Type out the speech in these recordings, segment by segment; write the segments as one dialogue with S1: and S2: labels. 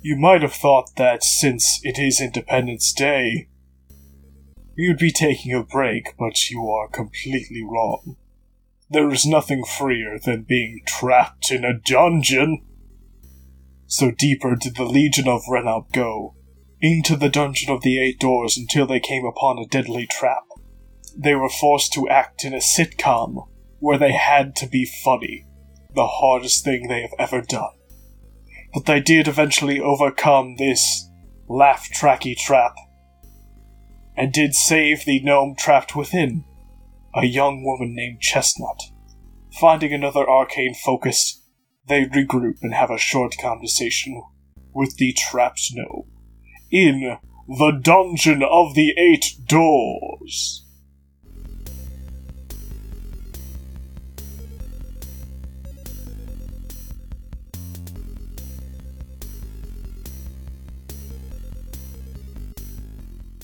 S1: You might have thought that since it is Independence Day, you'd be taking a break, but you are completely wrong. There is nothing freer than being trapped in a dungeon. So deeper did the Legion of Renab go, into the dungeon of the Eight Doors until they came upon a deadly trap. They were forced to act in a sitcom where they had to be funny, the hardest thing they have ever done. But they did eventually overcome this laugh tracky trap and did save the gnome trapped within, a young woman named Chestnut. Finding another arcane focus, they regroup and have a short conversation with the trapped gnome in the Dungeon of the Eight Doors.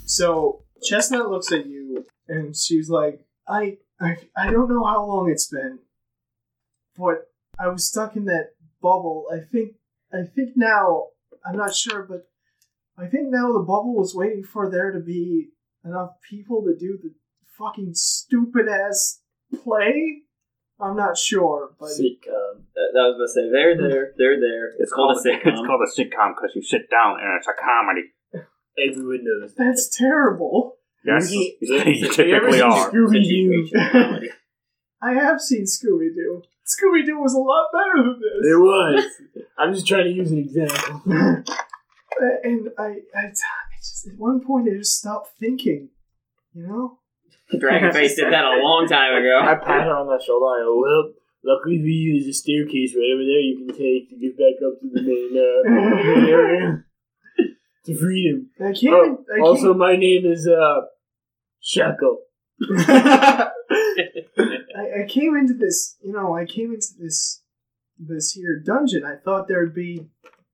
S2: So Chestnut looks at you and she's like, I, I, I don't know how long it's been, but I was stuck in that bubble. I think, I think now, I'm not sure, but I think now the bubble was waiting for there to be enough people to do the fucking stupid ass play. I'm not sure, but
S3: sitcom. um, That, that was gonna say they're
S4: Hmm.
S3: there, they're there. It's, called a sitcom.
S4: Um,
S5: It's called a sitcom because you sit down and it's a comedy.
S3: Everyone knows.
S2: that's terrible.
S5: Yes,
S3: He-
S5: you
S3: Have
S5: typically
S3: you ever
S5: are.
S3: seen
S2: Scooby-Doo.
S3: Situation comedy.
S2: I have seen Scooby Doo. Scooby Doo was a lot better than this.
S4: There was. I'm just trying to use an example.
S2: Uh, and I, I, I just, at one point, I just stopped thinking. You know?
S3: Dragonface did that a long time
S4: I
S3: ago.
S4: pat her on the shoulder. I go, well, luckily for you, there's a staircase right over there you can take to get back up to the main uh, main area to freedom.
S2: I can't.
S4: Oh,
S2: I can't
S4: also, my name is uh, Shackle.
S2: I, I came into this, you know, I came into this this here dungeon. I thought there'd be,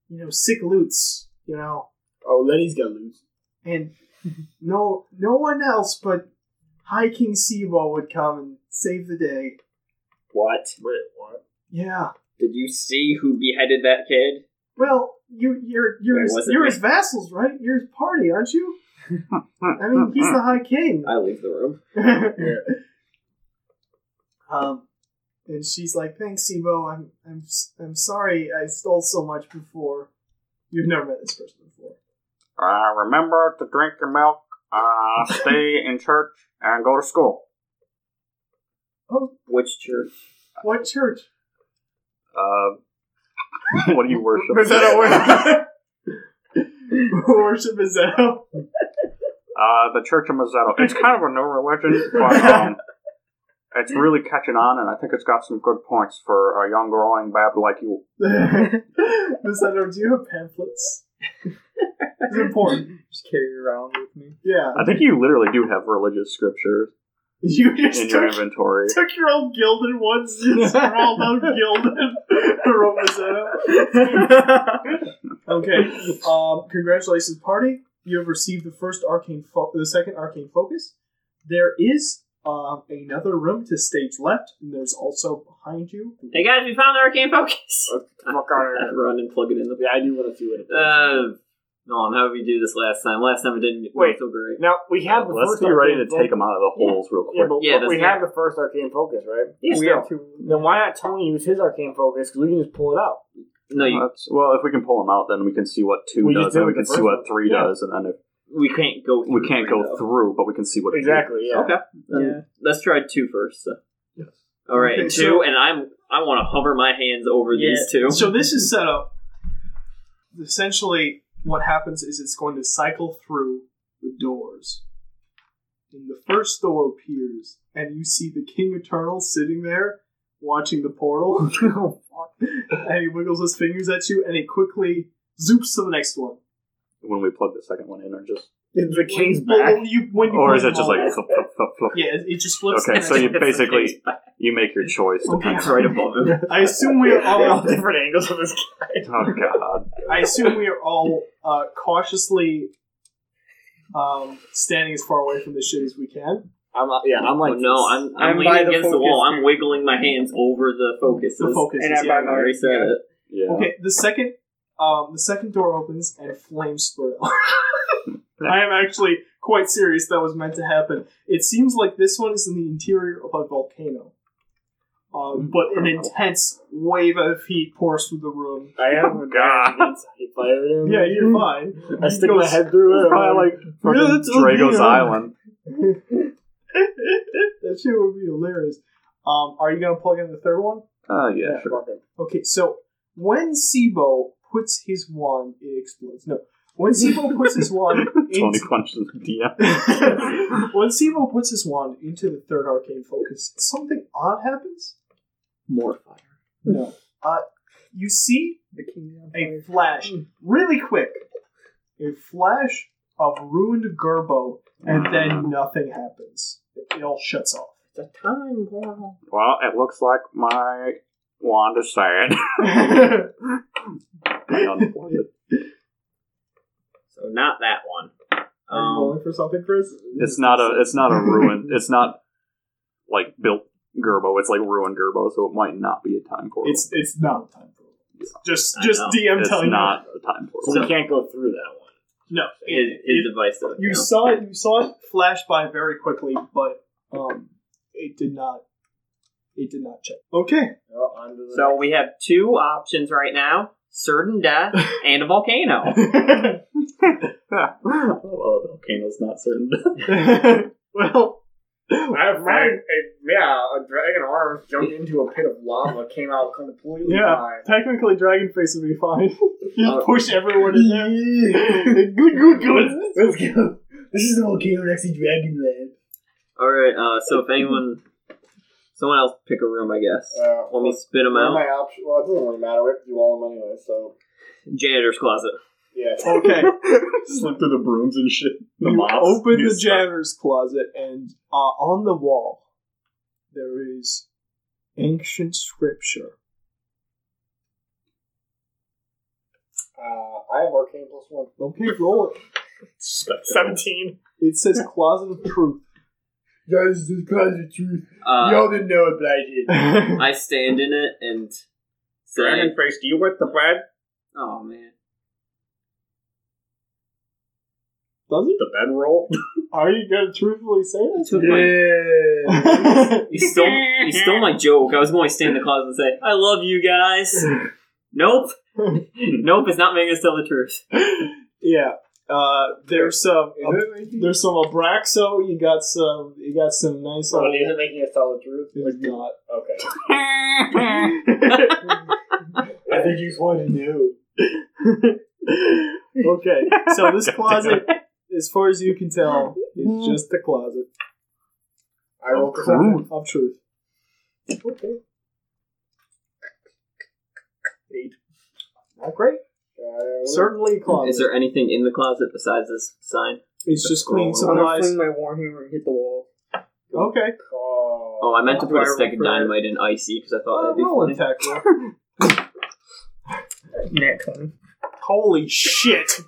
S2: you know, sick loots, you know,
S4: Oh, Lenny's got loose.
S2: and no no one else but High King Sebo would come and save the day.
S3: What?
S4: Wait, what?
S2: Yeah.
S3: Did you see who beheaded that kid?
S2: Well, you you're you're
S3: It
S2: his,
S3: wasn't
S2: you're
S3: me.
S2: his vassals, right? You're his party, aren't you? I mean, he's the High King.
S3: I leave the room.
S2: um, and she's like, "Thanks, Sebo. I'm I'm s- I'm sorry I stole so much before. You've never met this person before."
S5: Uh, remember to drink your milk, uh, stay in church, and go to school.
S3: Which church?
S2: What church?
S5: Uh, what do you worship?
S2: Mazzetto worship. worship Mazzetto.
S5: Uh, the Church of Mazzetto. It's kind of a new religion, but um, it's really catching on, and I think it's got some good points for a young growing bab like you.
S2: Mazzetto, do you have pamphlets? it's important.
S4: Just carry it around with me.
S2: Yeah.
S5: I think you literally do have religious scriptures
S2: You just
S5: in your
S2: took,
S5: inventory.
S2: took your old gilded ones and scrawled out gilded from Mazzetto. okay. Um, congratulations, party. You have received the first arcane, fo- the second arcane focus. There is um, another room to stage left, and there's also behind you.
S3: Hey guys, we found the arcane focus.
S4: Oh, fuck on
S3: I
S4: it.
S3: run and plug it in the.
S4: Yeah, I do want to see what it
S3: Uh, no, how did we do this last time? Last time it didn't it wasn't
S4: Wait.
S3: so great.
S4: Now, we have the
S5: Let's
S4: first
S5: be ready to
S4: arcane
S5: take
S4: focus.
S5: them out of the holes real
S4: Yeah,
S5: quick.
S4: but
S3: Yeah,
S4: look, we
S3: that's
S4: have the first arcane focus, right?
S3: Yeah,
S4: we
S3: still.
S4: have two. Then why not Tony use his arcane focus? Because we can just pull it out.
S3: No, you,
S5: That's, well, if we can pull them out, then we can see what two
S4: We just
S5: does, and
S4: did
S5: we can
S4: with the
S5: see
S4: first
S5: what
S4: one.
S5: three
S4: Yeah.
S5: does, and then if
S3: we can't go.
S5: we can't go
S3: through.
S5: through, but we can see what
S4: Exactly. Yeah.
S3: Okay.
S2: Yeah.
S3: Then Let's try two first. So. All right,
S2: Okay,
S3: two,
S2: so-
S3: and I'm I want to hover my hands over these two.
S2: So this is set up. Essentially, what happens is it's going to cycle through the doors. And the first door appears, and you see the King Eternal sitting there watching the portal. and he wiggles his fingers at you, and he quickly zoops to the next one.
S5: do when we plug the second one in, or just
S4: Is the king's
S2: Well,
S4: back?
S2: when you- when you
S5: or
S2: put
S5: is it
S2: them
S5: just
S2: all-
S5: like flip, flip, flip, flip?
S2: yeah, it, it just flips.
S5: Okay,
S2: to the
S5: so
S2: next
S5: you
S2: one.
S5: basically you make your choice.
S2: Okay.
S3: It's right above him.
S2: I assume we are
S4: They're all
S2: all
S4: different angles of this guy.
S5: Oh god.
S2: I assume we are all uh, cautiously um, standing as far away from this shit as we can.
S4: I'm, uh, yeah, I'm like.
S3: Oh, no, I'm, I'm,
S6: I'm by
S3: leaning
S6: the
S3: against the
S6: focus
S3: wall. I'm
S6: here.
S3: wiggling my hands over the focuses.
S2: The focus
S6: And
S2: is
S6: I'm
S2: yeah.
S3: I already said it.
S5: Yeah.
S2: Okay, the second Um, the second door opens and flames spurt out. I am actually quite serious that was meant to happen. It seems like this one is in the interior of a volcano. Um, but an intense wave of heat pours through the room.
S4: I have
S5: Oh,
S4: a
S5: God.
S4: fire in
S2: Yeah, you're fine.
S4: I stick
S2: Goes-
S4: my head through it. I'm
S5: Probably
S4: like,
S5: like fucking
S2: Yeah, that's what we
S5: Drago's
S2: are.
S5: Island.
S2: that shit would be hilarious. Um, are you gonna plug in the third one?
S5: Oh yeah,
S4: yeah,
S5: sure.
S4: fuck it.
S2: Okay, so when Sibo puts his wand, it explodes. No, when Sibo puts his wand
S5: Tony
S2: into
S5: punches the DM.
S2: when Sibo puts his wand into the third arcane focus, something odd happens.
S3: More fire.
S2: No, uh, you see
S4: The king's on
S2: a
S4: fire.
S2: flash, really quick, a flash of ruined Gerbo, and then nothing happens. It all shuts off.
S4: It's a time portal.
S5: Well, it looks like my wand is sad. I unplugged it.
S3: So not that one.
S2: Are you
S3: Um,
S2: rolling for something, Chris?
S5: It's not a. It's not a ruin. It's not like built Gerbo. It's like ruined Gerbo, so it might not be a time portal.
S2: It's it's not a time portal. It's Just
S3: I
S2: just
S3: know.
S2: DM
S5: It's
S2: telling
S5: not a time portal.
S4: So we can't go through that one.
S2: you. No,
S3: his,
S2: it-
S3: his
S2: it-
S3: device doesn't.
S2: you
S3: count.
S2: saw it. You saw it flash by very quickly, but um, it did not. It did not check. Okay.
S4: Well, on to the
S3: So we have two options right now: certain death and a volcano.
S4: next. well, the volcano's not certain.
S2: well,
S4: I've made a yeah, a dragon arm jumped into a pit of lava, came out completely
S2: Yeah.
S4: fine.
S2: technically, dragon face would be fine.
S3: Uh,
S2: Just push everyone in there.
S4: good, good, good. Let's go. This is the volcano next to Dragonland.
S3: All right. Uh, so if anyone, someone else pick a room, I guess.
S4: Uh,
S3: Let me spit them
S4: Well, my
S3: out.
S4: option. Well, it doesn't really matter. We have to do all of them anyway. So
S3: Janitor's closet.
S4: yeah.
S2: Okay.
S4: Slip through the brooms and shit.
S2: you open the
S4: Yes.
S2: janitor's closet, and uh, on the wall there is ancient scripture.
S4: Uh, I have arcane plus one.
S2: Okay, roll it.
S4: Seventeen.
S2: It says closet of truth.
S4: Guys, this guy's the truth.
S3: Uh,
S4: didn't know it, but I did.
S3: I stand in it and say,
S4: face, do you want the bread?
S3: "Oh man,
S2: Does it?
S4: The bed roll.
S2: Are you gonna truthfully say
S3: you
S2: that?
S3: took my, you stole, you stole my joke. I was going to stay in the closet and say, I love you guys.' nope, nope. It's not making us tell the truth.
S2: yeah. Uh, there's some.
S4: Is it?
S2: There's some Abraxo. You got some. You got some nice.
S4: So
S2: old-
S4: it isn't making us tell the truth.
S2: It's not.
S4: Okay.
S3: I
S4: I think you just want to know.
S2: okay, so this closet, as far as you can tell, is just the closet
S4: I roll
S5: Of
S4: perception.
S2: of truth.
S4: Okay.
S2: Not great.
S4: Uh,
S2: Certainly a closet.
S3: Is there anything in the closet besides this sign?
S2: it's just
S4: Oh,
S2: cleaning
S3: I'm gonna
S2: supplies.
S4: my warhammer and hit the wall.
S2: Okay.
S4: Oh,
S3: Oh, I meant to put a stick of
S4: for-
S3: dynamite in icy because I thought
S2: Uh,
S3: that'd be
S2: roll
S3: funny.
S2: attack roll. Holy shit!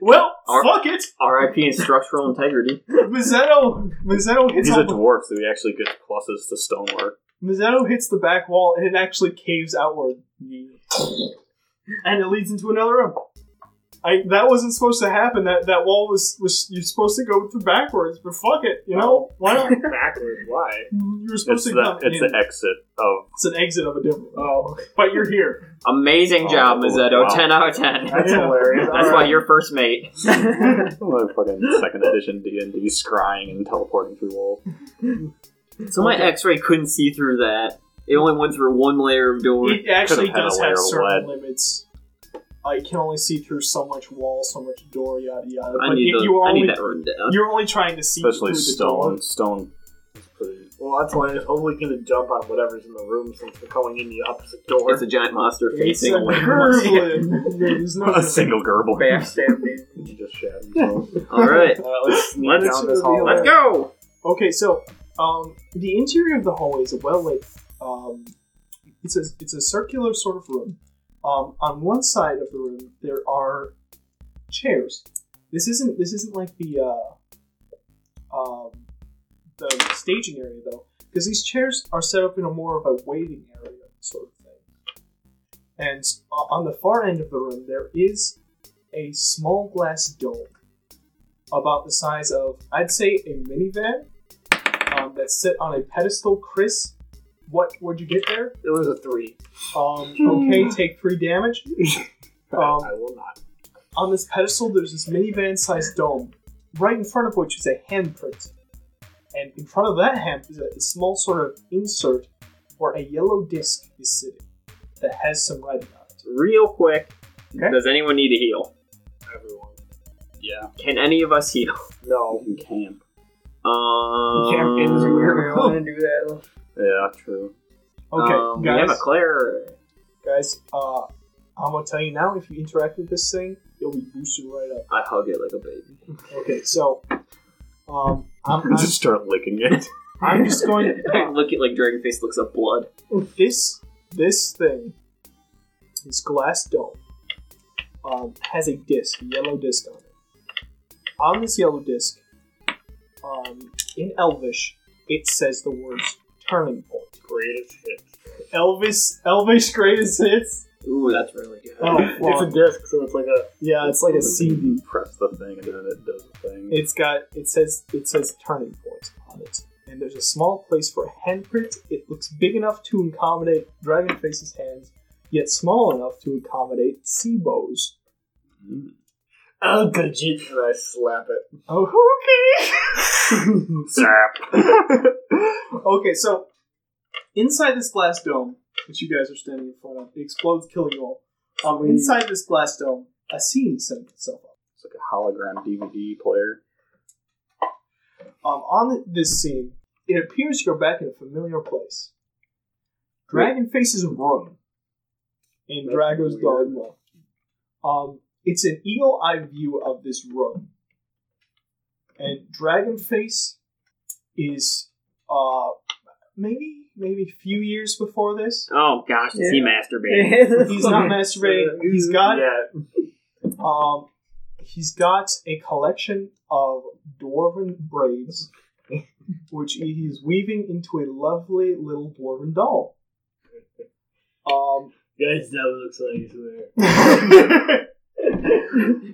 S2: well,
S3: Are-
S2: fuck it.
S3: R.I.P. and structural integrity.
S2: Mazzetto, Mazzetto hits
S5: He's a
S2: on the
S5: dwarf, so he actually gets pluses to stonework.
S2: Mazzetto hits the back wall and it actually caves outward. And it leads into another room. I, that wasn't supposed to happen. That that wall was, was you're supposed to go through backwards, but fuck it, you know? Why not?
S4: backwards. Why?
S2: You were supposed
S5: It's
S2: to
S5: the
S2: come
S5: it's
S2: in.
S5: the exit of
S2: it's an exit of a different room. Oh. But you're here.
S3: Amazing
S5: Oh,
S3: job, Mazzetto.
S5: wow.
S3: 10 out of 10.
S4: That's
S2: Yeah.
S4: hilarious.
S3: That's why you're first mate.
S5: oh, fucking second edition D and D scrying and teleporting through walls.
S3: So my x-ray couldn't see through that. It only went through one layer of door.
S2: It actually
S5: had a
S2: does
S5: layer
S2: have
S5: of
S2: certain
S5: lead.
S2: limits. I can only see through so much wall, so much door, yada yada.
S3: I
S2: but
S3: need,
S2: you,
S3: those,
S2: you are
S3: I need
S2: only
S3: that written down.
S2: you're only trying to see
S5: Especially
S2: through the
S5: stone.
S2: door.
S5: Stone is pretty
S4: Well, that's why it's only going to jump on whatever's in the room since we're going in the opposite door.
S3: It's a giant monster
S2: It's
S3: facing
S2: a
S3: away from us.
S2: Gerblin. There's no
S5: a single gerbil.
S4: You just shattered yourself.
S3: Alright,
S4: uh, let's sneak
S3: Let's-
S4: down this hallway.
S3: let's go!
S2: Okay, so um, the interior of the hallway is a well lit. Um, it's a it's a circular sort of room. Um, on one side of the room, there are chairs. This isn't this isn't like the uh, um, the staging area though, because these chairs are set up in a more of a waiting area sort of thing. and s- o- on the far end of the room there is a small glass dome, about the size of I'd say a minivan, um, that's set on a pedestal. Chris, what would you get there?
S4: It was a three.
S2: Um, okay, take three damage. Um,
S4: I will not.
S2: on this pedestal, there's this minivan-sized dome, right in front of which is a handprint, and in front of that hand is a, a small sort of insert where a yellow disc is sitting that has some writing on it.
S3: Real quick,
S2: Okay.
S3: does anyone need a heal?
S4: Everyone.
S5: Yeah.
S3: Can any of us heal?
S4: No.
S5: You can camp.
S3: Um,
S4: Camp is weird.
S2: to do that.
S5: Yeah, true.
S2: Okay,
S3: um, We
S2: guys,
S3: have a Claire.
S2: guys, uh, I'm gonna tell you now. If you interact with this thing, you'll be boosted right up.
S3: I hug it like a baby.
S2: Okay, so, um, I'm, I'm,
S5: Just start licking it.
S2: I'm just going.
S3: I look at like Dragonface looks up blood.
S2: this this thing, this glass dome, um, has a disc, a yellow disc on it. On this yellow disc, um, in Elvish, it says the words "turning point."
S4: Greatest hit.
S2: Elvis, Elvish greatest hits.
S3: Ooh, that's really good.
S2: Oh,
S4: It's
S2: well,
S4: a disc, so it's like a.
S5: Uh,
S2: yeah, it's like a CD.
S5: Press the thing and then it does the thing.
S2: It's got it says it says turning point on it, and there's a small place for a handprint. It looks big enough to accommodate Dragonface's hands, yet small enough to accommodate Seabow's.
S5: Mm.
S4: Oh, good shit. And I slap it.
S2: Oh,
S5: Zap.
S2: okay. okay, so inside this glass dome, which you guys are standing in front of, it explodes, killing you all. Um, inside this glass dome, a scene is setting itself up.
S5: It's like a hologram DVD player.
S2: Um, on this scene, it appears you're back in a familiar place. Dragon Face's room in
S4: That's
S2: Drago's
S4: weird.
S2: Dogma. Um, it's an eagle eye view of this room. And Dragon Face is uh maybe maybe a few years before this.
S3: Oh gosh, is he masturbating?
S2: He's not masturbating. He's got
S4: Yeah.
S2: um, he's got a collection of dwarven braids, which he's weaving into a lovely little dwarven doll. Um,
S4: Guys, that looks like, I swear.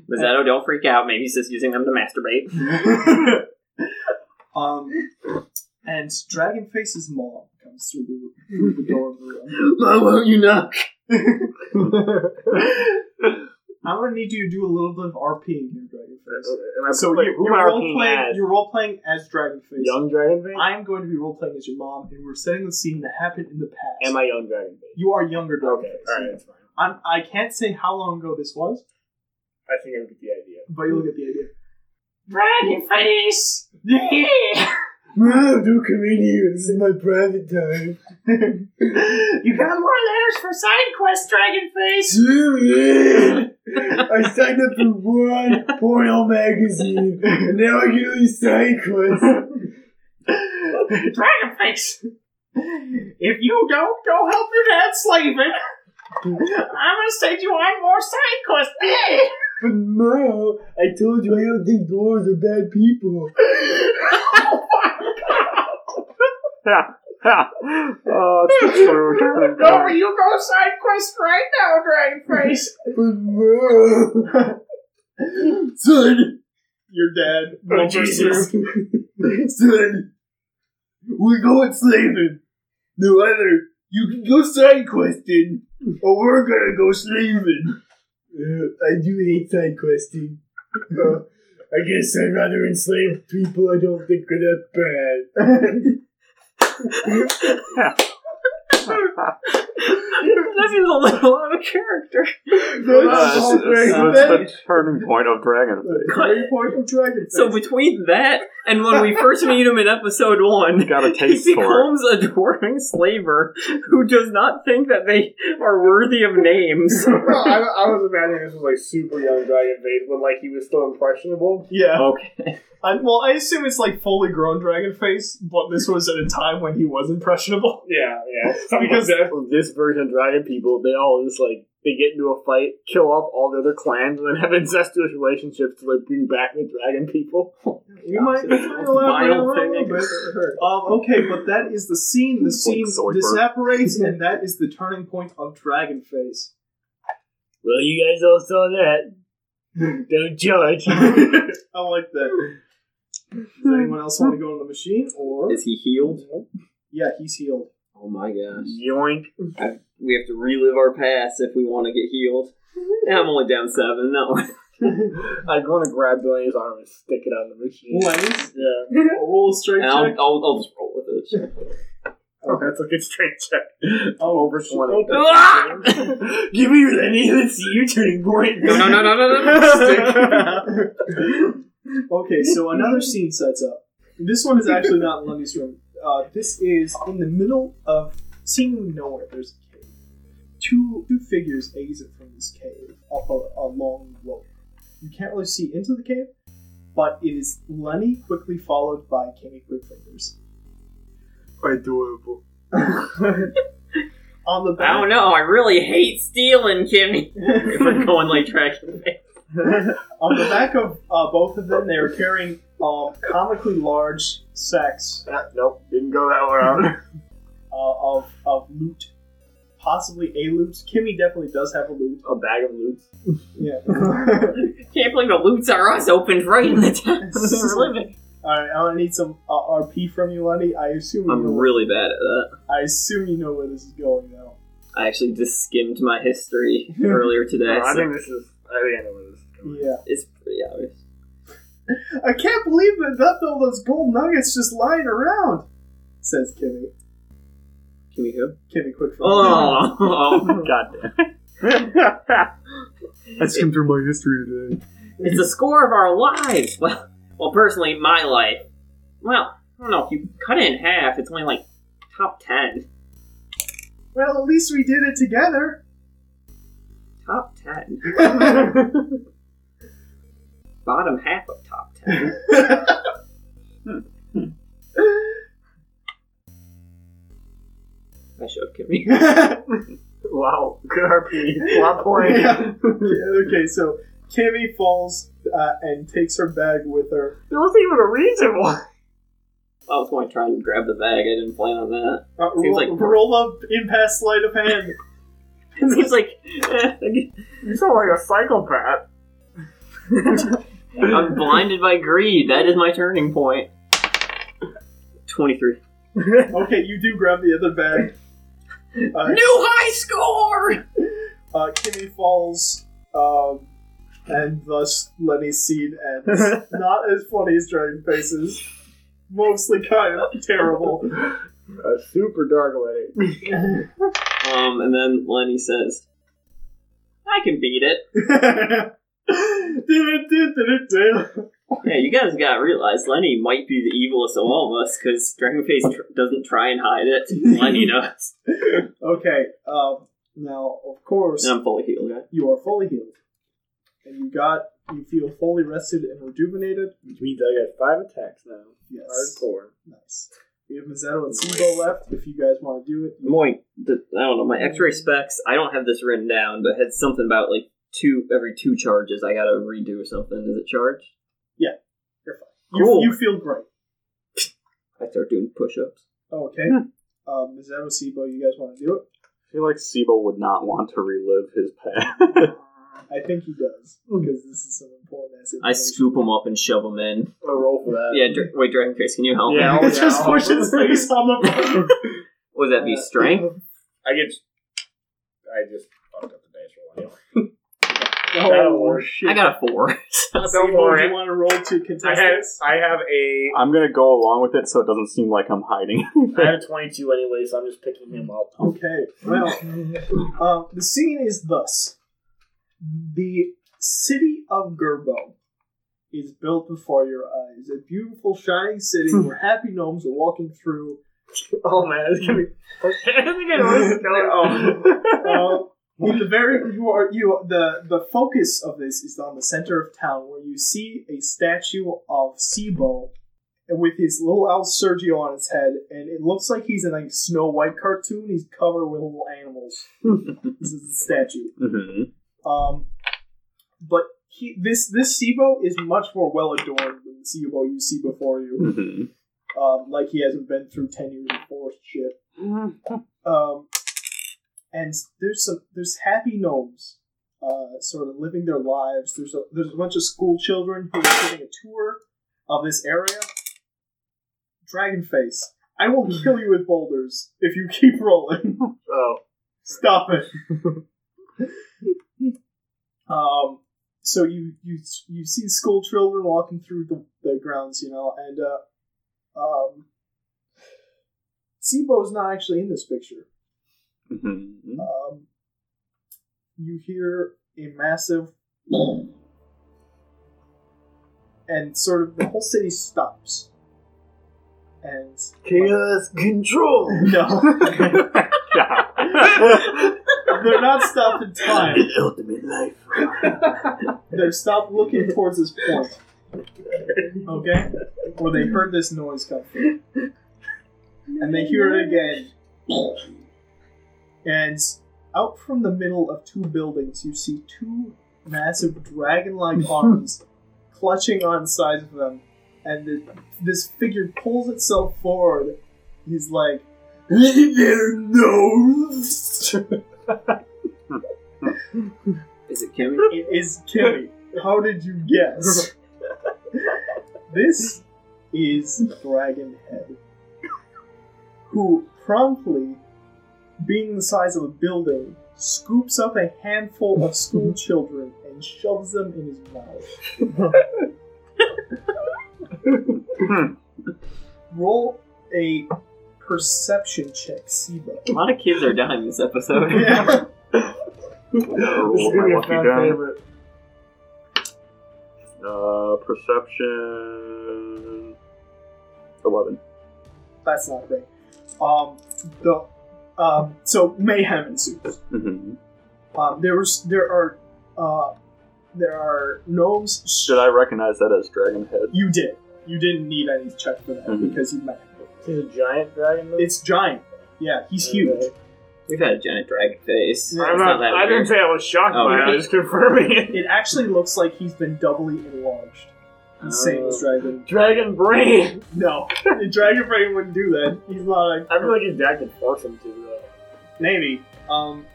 S3: Mazzetto, oh, don't freak out. Maybe he's just using them to masturbate.
S2: um, and Dragonface's mom comes through the, through the door of the room.
S4: Mom, won't you knock?
S2: I'm gonna need you to do a little bit of RPing here, Dragonface.
S4: And I
S2: So
S4: put, like,
S2: you,
S4: Uh, who
S2: you're
S4: am I
S2: role
S4: working
S2: playing.
S4: as?
S2: You're role playing as Dragonface.
S4: Young Dragon Face?
S2: I'm going to be role playing as your mom, and we're setting the scene that happened in the past.
S4: Am I Young Dragon Face?
S2: You are younger, Dragonface.
S4: Okay, alright, that's fine.
S2: I'm, I can't say how long ago this was,
S4: I think I get the idea.
S2: but you'll get the idea.
S3: Dragonface!
S4: Mom, don't come in here. This is my private time.
S3: You got more letters for side quest, Dragonface!
S4: Julian! I signed up for one porno magazine, and now I get all these side quests.
S3: Dragonface! If you don't go help your dad slaving, I'm gonna send you on more side quests.
S4: But Mom, I told you I don't think dwarves are bad people.
S5: Ha! Ha! Oh, it's the true turning point.
S3: you go side quest right now, Dragonface!
S4: But Mom, son,
S2: Your dad.
S4: oh
S2: Wilbur
S4: Jesus,
S2: Smith.
S4: son, we're going slaving. No other. You can go side questing, or we're gonna go slaving. Uh, I do hate side questing. Uh, I guess I'd rather enslave people I don't think are that bad.
S3: That seems a little out of character.
S5: Uh,
S4: That's
S5: it's,
S4: all great.
S5: it's- it's the turning point of Dragon.
S2: Great point of Dragon Face.
S3: So between that and when we first meet him in episode one,
S5: You got a
S3: he
S5: taste for it.
S3: becomes a dwarfing slaver who does not think that they are worthy of names.
S4: no, I, I was imagining this was like super young Dragon Face when like he was still impressionable.
S5: Oh.
S2: yeah.
S3: Okay.
S2: I, well, I assume it's like fully grown Dragon Face, but this was at a time when he was impressionable.
S4: Yeah, yeah.
S2: Because-
S4: this version of Dragon people, they all just like they get into a fight, kill off all the other clans, and then have incestuous relationships to like bring back the Dragon people.
S2: We might, we might elaborate on
S3: Vile
S2: that a
S3: thing I
S2: little bit.
S3: guess I've heard.
S2: Um, okay, but that is the scene. The
S5: It's like
S2: scene
S5: Zoidberg.
S2: disapparates, and that is the turning point of Dragon Face.
S1: Well, you guys all saw that. Don't judge.
S2: I like that. Does anyone else want to go in the machine? Or
S3: Is he healed?
S2: yeah, he's healed.
S3: Oh my gosh.
S1: Yoink.
S3: We have to relive our past if we want to get healed. Yeah, I'm only down seven. No.
S1: I'm going to grab Delaney's arm and stick it on the machine.
S2: Blaze,
S1: Yeah.
S2: roll a straight
S3: And I'll,
S2: check.
S3: I'll, I'll just roll with it.
S1: Oh, that's a good straight check.
S2: Oh, over
S1: Give me Lenny. Let's see you turning point.
S3: No, no, no, no, no, no.
S2: Okay, so another scene sets up. This one is actually not in Lundy's room. Uh, this is in the middle of seemingly nowhere. There's a cave. Two two figures exit from this cave up a, a long rope. You can't really see into the cave, but it is Lenny quickly followed by Kimmy Quickfingers.
S4: Adorable.
S2: On the
S3: I
S2: back,
S3: don't know. I really hate stealing, Kimmy. if we're going like Dragon Ball.
S2: on the back of uh, both of them, they are carrying um, comically large sacks
S1: Uh,
S4: nope, didn't go that route.
S2: uh, of, of loot, possibly a loot. Kimmy definitely does have a loot.
S1: A bag of loots.
S2: Yeah.
S3: Can't believe the Loots R Us opened right in the town we were living.
S2: All right, I'm gonna need some uh, RP from you, Lenny. I assume you know
S3: I'm really bad at that.
S2: I assume you know where this is going now.
S3: I actually just skimmed my history earlier today.
S1: No, Oh, I
S3: so
S1: think this is. I think I know where this is going.
S2: Yeah,
S3: it's pretty obvious.
S2: I can't believe that left all those gold nuggets just lying around. Says Kimmy.
S3: Can we go?
S2: Kimmy, quick.
S3: Oh, oh.
S1: God damn.
S4: I skimmed through my history today.
S3: it's the score of our lives. Well, well, personally, my life. Well, I don't know. If you cut it in half, it's only like top ten.
S2: Well, at least we did it together.
S3: Top ten. Bottom half of top ten. Hmm, I showed Kimmy.
S1: Wow. Good RP. Lot point.
S2: Yeah. okay, so Kimmy falls uh, and takes her bag with her.
S1: There wasn't even a reason why.
S3: I was going to try and grab the bag. I didn't plan on that.
S2: Uh, roll,
S3: Seems like-
S2: roll up impasse sleight of hand.
S3: It seems like eh,
S1: You sound like a psychopath.
S3: I'm blinded by greed. That is my turning point. Twenty-three.
S2: Okay, you do grab the other bag. Uh,
S3: New high score!
S2: uh, Kimmy falls, um, and thus Lenny's scene ends. Not as funny as Dragon Faces. Mostly kind of terrible.
S1: A super dark lady.
S3: Um, and then Lenny says, I can beat it. Yeah, you guys gotta realize Lenny might be the evilest of all of us because Dragonface tr- doesn't try and hide it. Lenny does.
S2: okay, um, now, of course,
S3: And I'm fully healed, right?
S2: you are fully healed. And you got, you feel fully rested and rejuvenated.
S1: Which means I got five attacks now.
S2: Yes.
S1: Hardcore.
S2: Nice. We have Mazzetto and Sibo left if you guys want to do it.
S3: Moi, the, I don't know, my x ray specs, I don't have this written down, but had something about like two, every two charges, I gotta redo something. Is it charged?
S2: You,
S3: Cool.
S2: you feel great. Oh,
S3: I start doing push ups.
S2: Okay.
S1: Hmm.
S2: Um, Mazzetto, Sibo, you guys want to do it?
S5: I feel like Sibo would not want to relive his past.
S2: I think he does,
S1: Hmm.
S2: because this is some important ass
S3: I
S2: information.
S3: scoop them up and shove them in.
S1: I roll for that.
S3: Yeah, dra- wait, Dragonface, can you help me?
S1: Yeah.
S2: It just
S1: Yeah.
S2: pushes face on the button.
S3: Would that be strength?
S1: I get. I just fucked up the dice roll.
S2: Oh,
S1: shit.
S3: I got a four.
S1: Don't worry.
S2: You want to roll to
S1: I
S2: contest
S1: have,
S2: this?
S1: I have a.
S5: I'm gonna go along with it so it doesn't seem like I'm hiding.
S1: I have a 22 anyway, so I'm just picking him up.
S2: Okay. Well, um, the scene is thus: the city of Gerbo is built before your eyes. A beautiful, shining city where happy gnomes are walking through.
S1: Oh man, it's gonna be. I think I know where this is going.
S2: Uh, in the very you are you the the focus of this is on the center of town where you see a statue of Sibo with his little Al Sergio on his head, and it looks like he's in a Snow White cartoon. He's covered with little animals. this is the statue.
S5: mm-hmm.
S2: Um, but he this this Sibo is much more well adorned than the Sibo you see before you.
S5: Mm-hmm.
S2: Um, like he hasn't been through ten years of forest shit. Um, and there's some there's happy gnomes uh, uh, sort of living their lives. There's a, there's a bunch of school children who are giving a tour of this area. Dragonface, I will kill you with boulders if you keep rolling.
S1: Oh.
S2: Stop it. um, so you you you see school children walking through the, the grounds, you know, and uh, um, Sibo's not actually in this picture.
S5: Mhm.
S2: Um, you hear a massive
S1: Oh.
S2: and sort of the whole city stops. And
S1: Chaos control.
S2: no, they're not stopped in time.
S1: ultimate life.
S2: They stopped looking towards this point. Okay? Where they heard this noise come from. And they hear it again. And out from the middle of two buildings, you see two massive dragon like arms clutching on sides of them. And the, this figure pulls itself forward. He's like,
S4: Their nose.
S3: Is it Kimmy?
S2: It is Kimmy. How did you guess? this is Dragon Head, who promptly, being the size of a building, scoops up a handful of school children and shoves them in his mouth. Roll a perception check, Sibo.
S3: A lot of kids are dying this episode.
S2: Yeah.
S1: This is
S5: Roll
S1: gonna
S5: my
S1: be a
S5: lucky
S1: fan
S5: die.
S1: favorite.
S5: Uh, perception. 11.
S2: That's not great. Um, the, um, so mayhem ensues.
S5: Mm-hmm.
S2: Um, there was there are uh, there are gnomes.
S5: Should I recognize that as Dragon Head?
S2: You did. You didn't need any check for that
S5: Mhm.
S2: because you met. him.
S1: Is it a giant dragon? though?
S2: It's giant. Yeah, he's huge.
S3: We've had a giant dragon face.
S2: Yeah.
S1: I'm
S3: It's
S1: not,
S3: that
S1: I
S3: weird.
S1: didn't say I was shocked
S3: Oh,
S1: by it.
S3: okay.
S1: I was confirming it.
S2: It actually looks like he's been doubly enlarged. Insane this dragon.
S1: Dragon brain.
S2: No, the dragon brain wouldn't do that. He's not like
S1: I feel like his dad could force him to. Though.
S2: maybe. Um.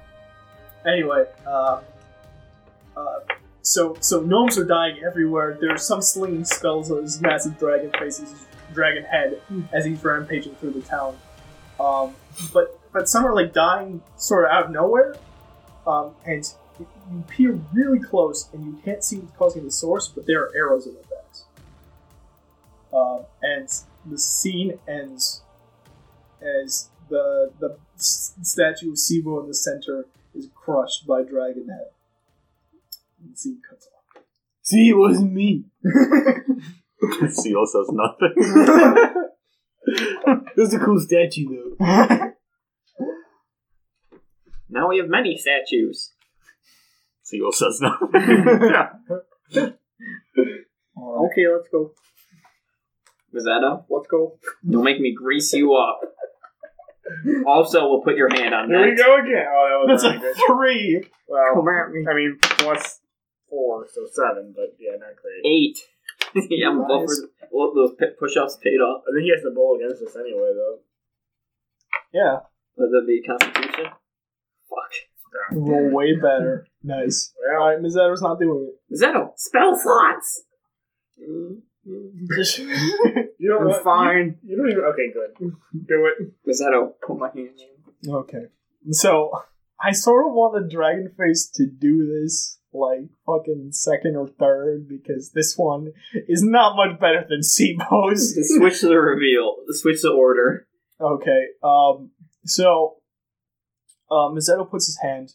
S2: Anyway, uh, uh, so so gnomes are dying everywhere. There's some slinging spells of this massive dragon faces, dragon head, as he's rampaging through the town. Um, but but some are like dying sort of out of nowhere, um, and you peer really close and you can't see what's causing the source, but there are arrows in their backs. Um, and the scene ends as the the s- statue of Sibo in the center is crushed by Dragon Head. And the scene cuts off.
S4: See, it wasn't me.
S5: Seal says nothing.
S4: It was a cool statue, though.
S3: Now we have many statues.
S5: Seal says nothing. yeah.
S3: Okay, let's go. Was that up? Let's go. Don't make me grease you up. also, we'll put your hand on
S1: Here we
S3: that.
S1: go again. Oh, that was
S2: That's
S1: not
S2: a
S1: good.
S2: three.
S1: Well,
S3: at me.
S1: I mean, plus four, so seven, but yeah, not great.
S3: Eight. yeah, I'm
S2: Nice.
S3: buffered. Well, those pi- push-ups paid off.
S1: I think he has to bowl against us anyway, though.
S2: Yeah,
S3: Would that be Constitution? Fuck.
S2: roll way better. Nice. All
S1: Well,
S2: right, Mizzetto's not doing it.
S3: Zetto, spell slots!
S1: you don't. want-
S4: fine.
S1: You, you don't even. Okay, good. Do it.
S3: Zetto, put my hand in.
S2: Okay, so I sort of wanted Dragonface to do this like fucking second or third because this one is not much better than Sibo's.
S3: Switch the reveal. Switch the order.
S2: Okay. Um. So, uh, Mazzetto puts his hand,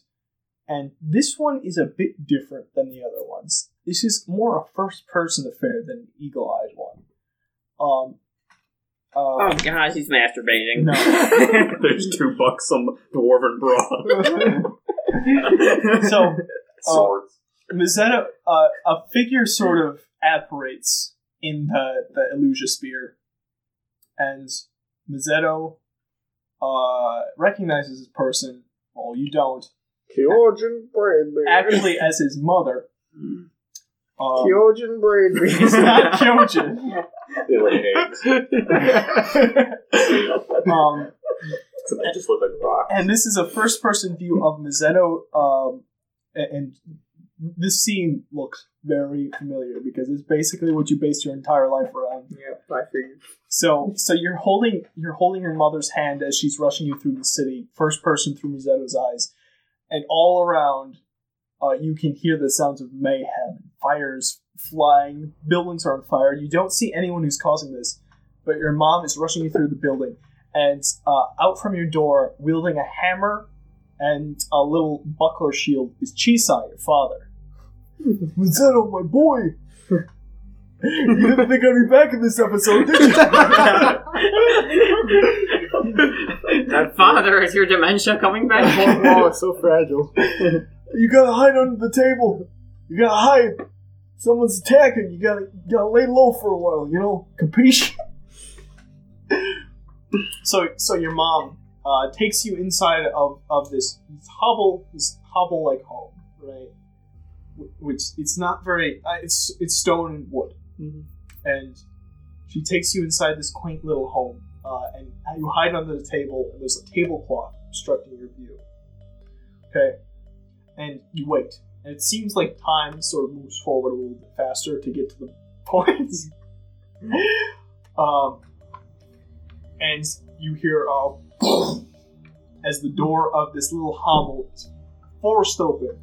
S2: and this one is a bit different than the other ones. This is more a first-person affair than the eagle-eyed one. Um.
S3: Oh
S2: Uh,
S3: gosh, he's masturbating.
S2: No.
S5: There's two buxom dwarven broad
S2: so uh,
S5: swords.
S2: Mazzetto, uh, a figure sort of apparates in the the Illusia spear, and Mazzetto, uh, recognizes this person. Well, you don't.
S1: Georgian Bradley.
S2: actually as his mother. Um,
S1: Georgian
S2: it's
S1: Bradley.
S2: not Kyojin.
S5: They lay eggs.
S2: um,
S5: So they just look like rocks.
S2: and this is a first person view of Mazzetto um, a- and this scene looks very familiar because it's basically what you based your entire life around.
S1: Yeah, I figured.
S2: So so you're holding you're holding your mother's hand as she's rushing you through the city, first person through Rosetto's eyes, and all around uh, you can hear the sounds of mayhem, fires flying, buildings are on fire. You don't see anyone who's causing this, but your mom is rushing you through the building, and uh, out from your door, wielding a hammer and a little buckler shield, is Chisai, your father.
S4: Masato, my boy! you didn't think I'd be back in this episode, did you?
S3: that father is your dementia coming back.
S1: Oh, it's so fragile.
S4: You gotta hide under the table. You gotta hide. Someone's attacking. You gotta, you gotta lay low for a while, you know? Capiche?
S2: So so your mom uh, takes you inside of, of this, this hovel, this hovel like home, right? Wh- Which it's not very. Uh, it's it's stone and wood,
S4: Mm-hmm.
S2: and she takes you inside this quaint little home, uh, and you hide under the table, and there's a tablecloth obstructing your view. Okay, and you wait, and it seems like time sort of moves forward a little bit faster to get to the point. um, and you hear a as the door of this little hovel is forced open,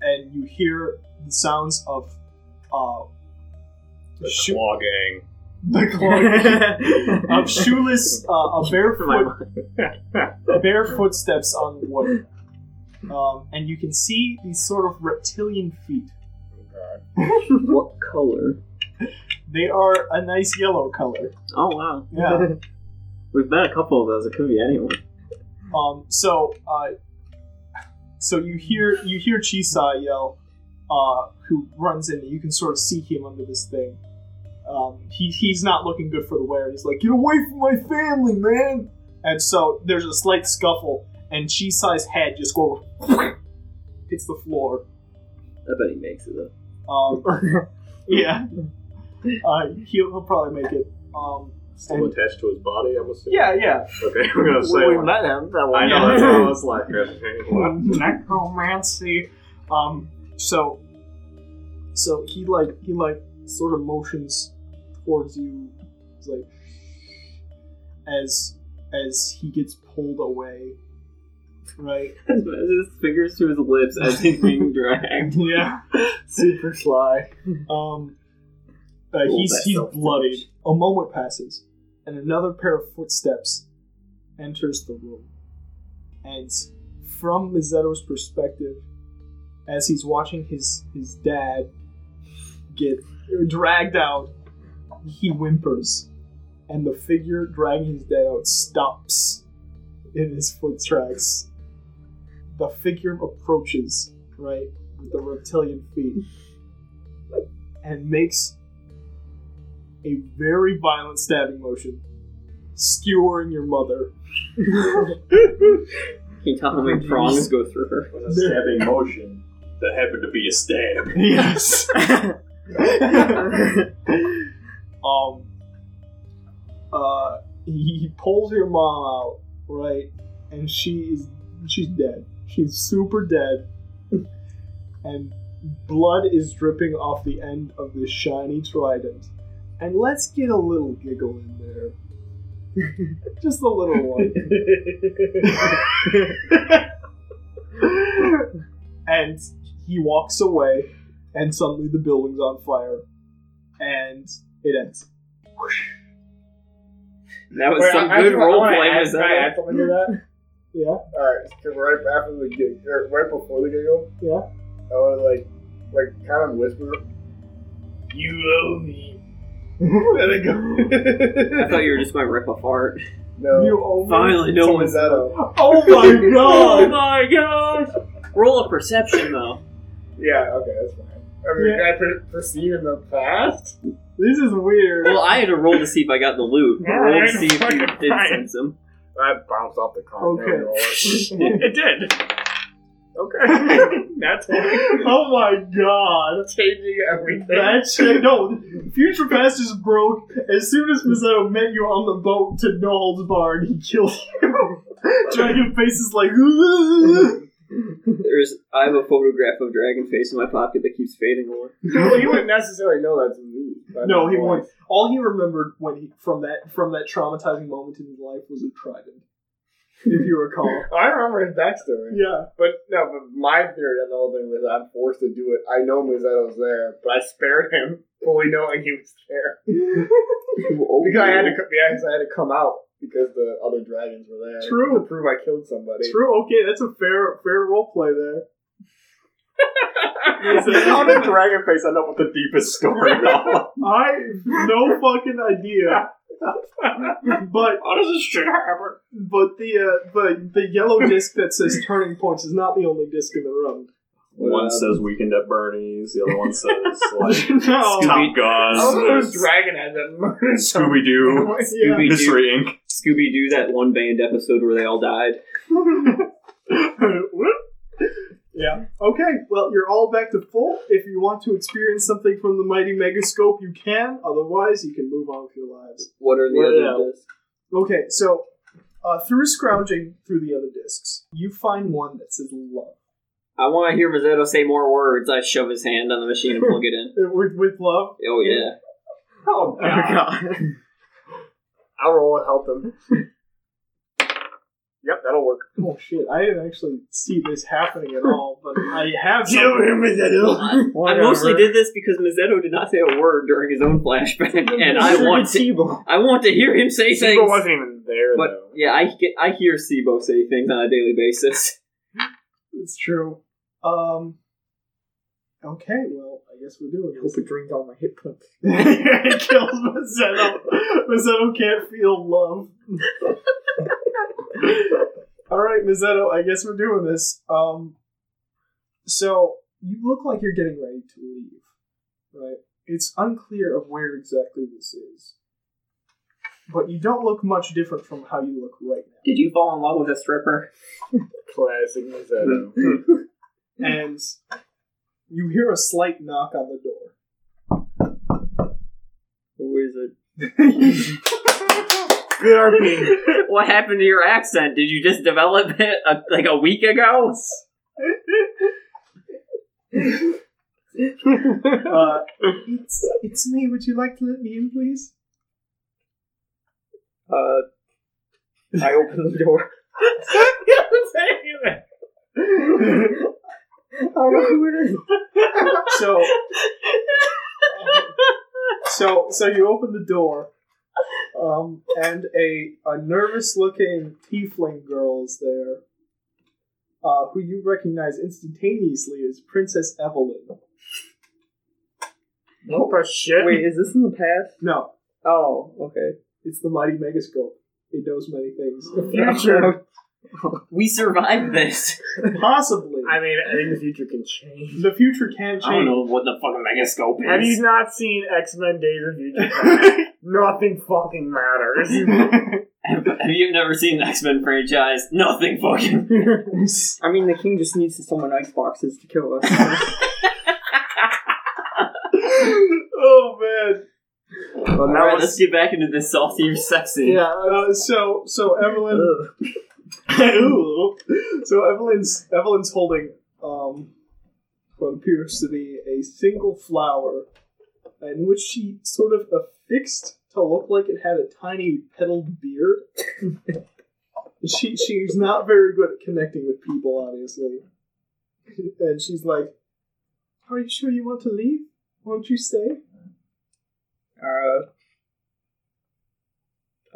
S2: and you hear the sounds of uh,
S7: The
S2: shoe-
S7: claw gang.
S2: the clunk of shoeless, uh, of barefoot, bare footsteps on the water. Um, and you can see these sort of reptilian feet.
S1: what color?
S2: They are a nice yellow color.
S3: oh wow,
S2: Yeah.
S3: we've met a couple of those. It could be anyone.
S2: Um, so, uh, so you hear you hear Chisai yell, uh, who runs in. and You can sort of see him under this thing. Um, he, he's not looking good for the wear. He's like, "Get away from my family, man!" And so there's a slight scuffle, and Chisai's head just goes hits the floor.
S3: I bet he makes it up.
S2: Um, yeah, uh, he'll, he'll probably make it. Um,
S7: Still attached to his body, I'm assuming.
S2: yeah, yeah.
S7: Okay, I'm gonna say.
S1: we
S7: like-
S1: met him. That one.
S7: I know, that's what I was like. yeah.
S2: necromancy. Um, so, so he like he like sort of motions towards you, he's like as as he gets pulled away, right?
S3: His fingers to his lips as he's being dragged.
S2: Yeah.
S1: Super sly.
S2: Um, uh, he's
S3: that's
S2: he's
S3: so
S2: bloodied. A moment passes, and another pair of footsteps enters the room. And from Mizetto's perspective, as he's watching his his dad get dragged out, he whimpers, and the figure dragging his dad out stops in his foot tracks. The figure approaches, right, with the reptilian feet and makes a very violent stabbing motion, skewering your mother.
S3: He taught him when prongs go through her.
S7: It was a stabbing motion that happened to be a stab.
S2: Yes. um. Uh, he he pulls your mom out, right, and she is she's dead. She's super dead, and blood is dripping off the end of this shiny trident. And let's get a little giggle in there, just a little one. and he walks away, and suddenly the building's on fire, and it ends.
S3: That was
S1: Wait,
S3: some
S1: I- I
S3: good
S1: just- I
S3: role
S1: wanna
S3: play.
S1: add-
S3: was
S1: can I add
S3: that?
S1: something to that?
S2: Yeah.
S1: Alright, so right after the gig, or right before the giggle,
S2: Yeah.
S1: I want to like, like kind of whisper, "You owe me." and I
S3: I
S1: go,
S3: thought you were just going to rip a fart.
S1: "No."
S2: You owe me.
S3: Finally, no
S1: Someone's
S3: one's.
S1: that out.
S2: Oh my
S3: Oh
S2: god!
S3: my gosh! Roll a perception though.
S1: Yeah, okay, that's fine. I mean,
S2: Yeah.
S1: can I per- perceive in the past?
S2: This is weird.
S3: Well, I had to roll to see if I got the loot. but Roll to see if you did sense him.
S1: I bounced off the car.
S2: Okay.
S7: it did.
S1: okay. that's
S2: oh my god!
S1: changing everything.
S2: That shit. No, Future Past is broke. As soon as Misato met you on the boat to No Holds Barred, he killed you. Dragon Face is like,
S3: There's I have a photograph of Dragonface in my pocket that keeps fading away.
S4: No, he wouldn't necessarily know that's me. That's
S2: No, he
S4: why.
S2: won't. All he remembered when he, from that from that traumatizing moment in his life was a trident. If you recall.
S4: I remember his backstory.
S2: yeah.
S4: But no, but my theory on the whole thing was I'm forced to do it. I know Mazzetto's there, but I spared him, fully knowing he was there. Because I had to, co- yeah, 'cause I had to come out because the other dragons were there.
S2: True.
S4: To prove I killed somebody.
S2: True. Okay, that's a fair fair role play there.
S7: How did Dragonface end up with the deepest story? How
S2: I no fucking idea. But
S7: does this shit happen?
S2: but the uh, the the yellow disc that says turning points is not the only disc in the room.
S7: One says weekend at Bernie's. The other one says like
S2: no.
S7: Top
S4: Oh,
S7: Gun,
S4: those dragon has that murder
S7: Scooby Doo,
S2: Yeah.
S3: Scooby Doo,
S7: Mystery Inc.
S3: Scooby Doo, that one band episode where they all died.
S2: yeah. Okay. Well, you're all back to full. If you want to experience something from the mighty megascope, you can. Otherwise, you can move on with your lives.
S3: What are the
S2: Well,
S3: other discs?
S2: Okay. So, uh, through scrounging through the other discs, you find one that says love.
S3: I want to hear Mazzetto say more words. I shove his hand on the machine and plug it in.
S2: Uh, With, with love.
S3: Oh yeah,
S4: Oh, God. I'll roll and help him. yep, that'll work.
S2: Oh shit! I didn't actually see this happening at all, but I have.
S4: Get over
S2: something-
S4: here, Mazzetto.
S3: I mostly did this because Mazzetto did not say a word during his own flashback, and I want to,
S4: Sibo.
S3: I want to hear him say things.
S4: Sibo wasn't even there,
S3: but
S4: though.
S3: yeah, I get, I hear Sibo say things on a daily basis.
S2: It's true. Um. Okay, well, I guess we're doing this.
S4: it drained all my hit points.
S2: it kills Mazzetto. Mazzetto can't feel love. All right, Mazzetto, I guess we're doing this. Um, so you look like you're getting ready to leave, right? It's unclear of where exactly this is, but you don't look much different from how you look right now.
S3: Did you fall in love with a stripper?
S4: Classic Mazzetto.
S2: and you hear a slight knock on the door.
S3: Who is it?
S4: Good RP.
S3: What happened to your accent? Did you just develop it a, like a week ago?
S2: Uh, it's it's me. Would you like to let me in, please?
S3: Uh, I opened the door.
S2: So, so, so you open the door, um, and a a nervous looking tiefling girl is there, uh, who you recognize instantaneously as Princess Evelyn.
S4: Nope, for shit.
S3: Wait, is this in the past?
S2: No,
S3: Oh, okay.
S2: it's the mighty megascope. It knows many things.
S3: We survived this.
S2: Possibly,
S4: I mean, I think the future can change.
S2: the future can
S3: I don't
S2: change.
S3: know what the fucking megascope is.
S4: Have you not seen X Men Days of Future Past? Nothing fucking matters.
S3: Have, have you never seen the X Men franchise? Nothing fucking.
S8: I mean, the king just needs to summon ice boxes to kill us.
S2: oh man.
S4: well,
S3: All
S4: now
S3: right,
S4: it's-
S3: let's get back into this salty or sexy.
S2: Yeah. Uh, so so Evelyn. Ooh. so Evelyn's Evelyn's holding um, what appears to be a single flower, in which she sort of affixed to look like it had a tiny petaled beard. she she's not very good at connecting with people, obviously, and she's like, "Are you sure you want to leave? Won't you stay?"
S8: Uh,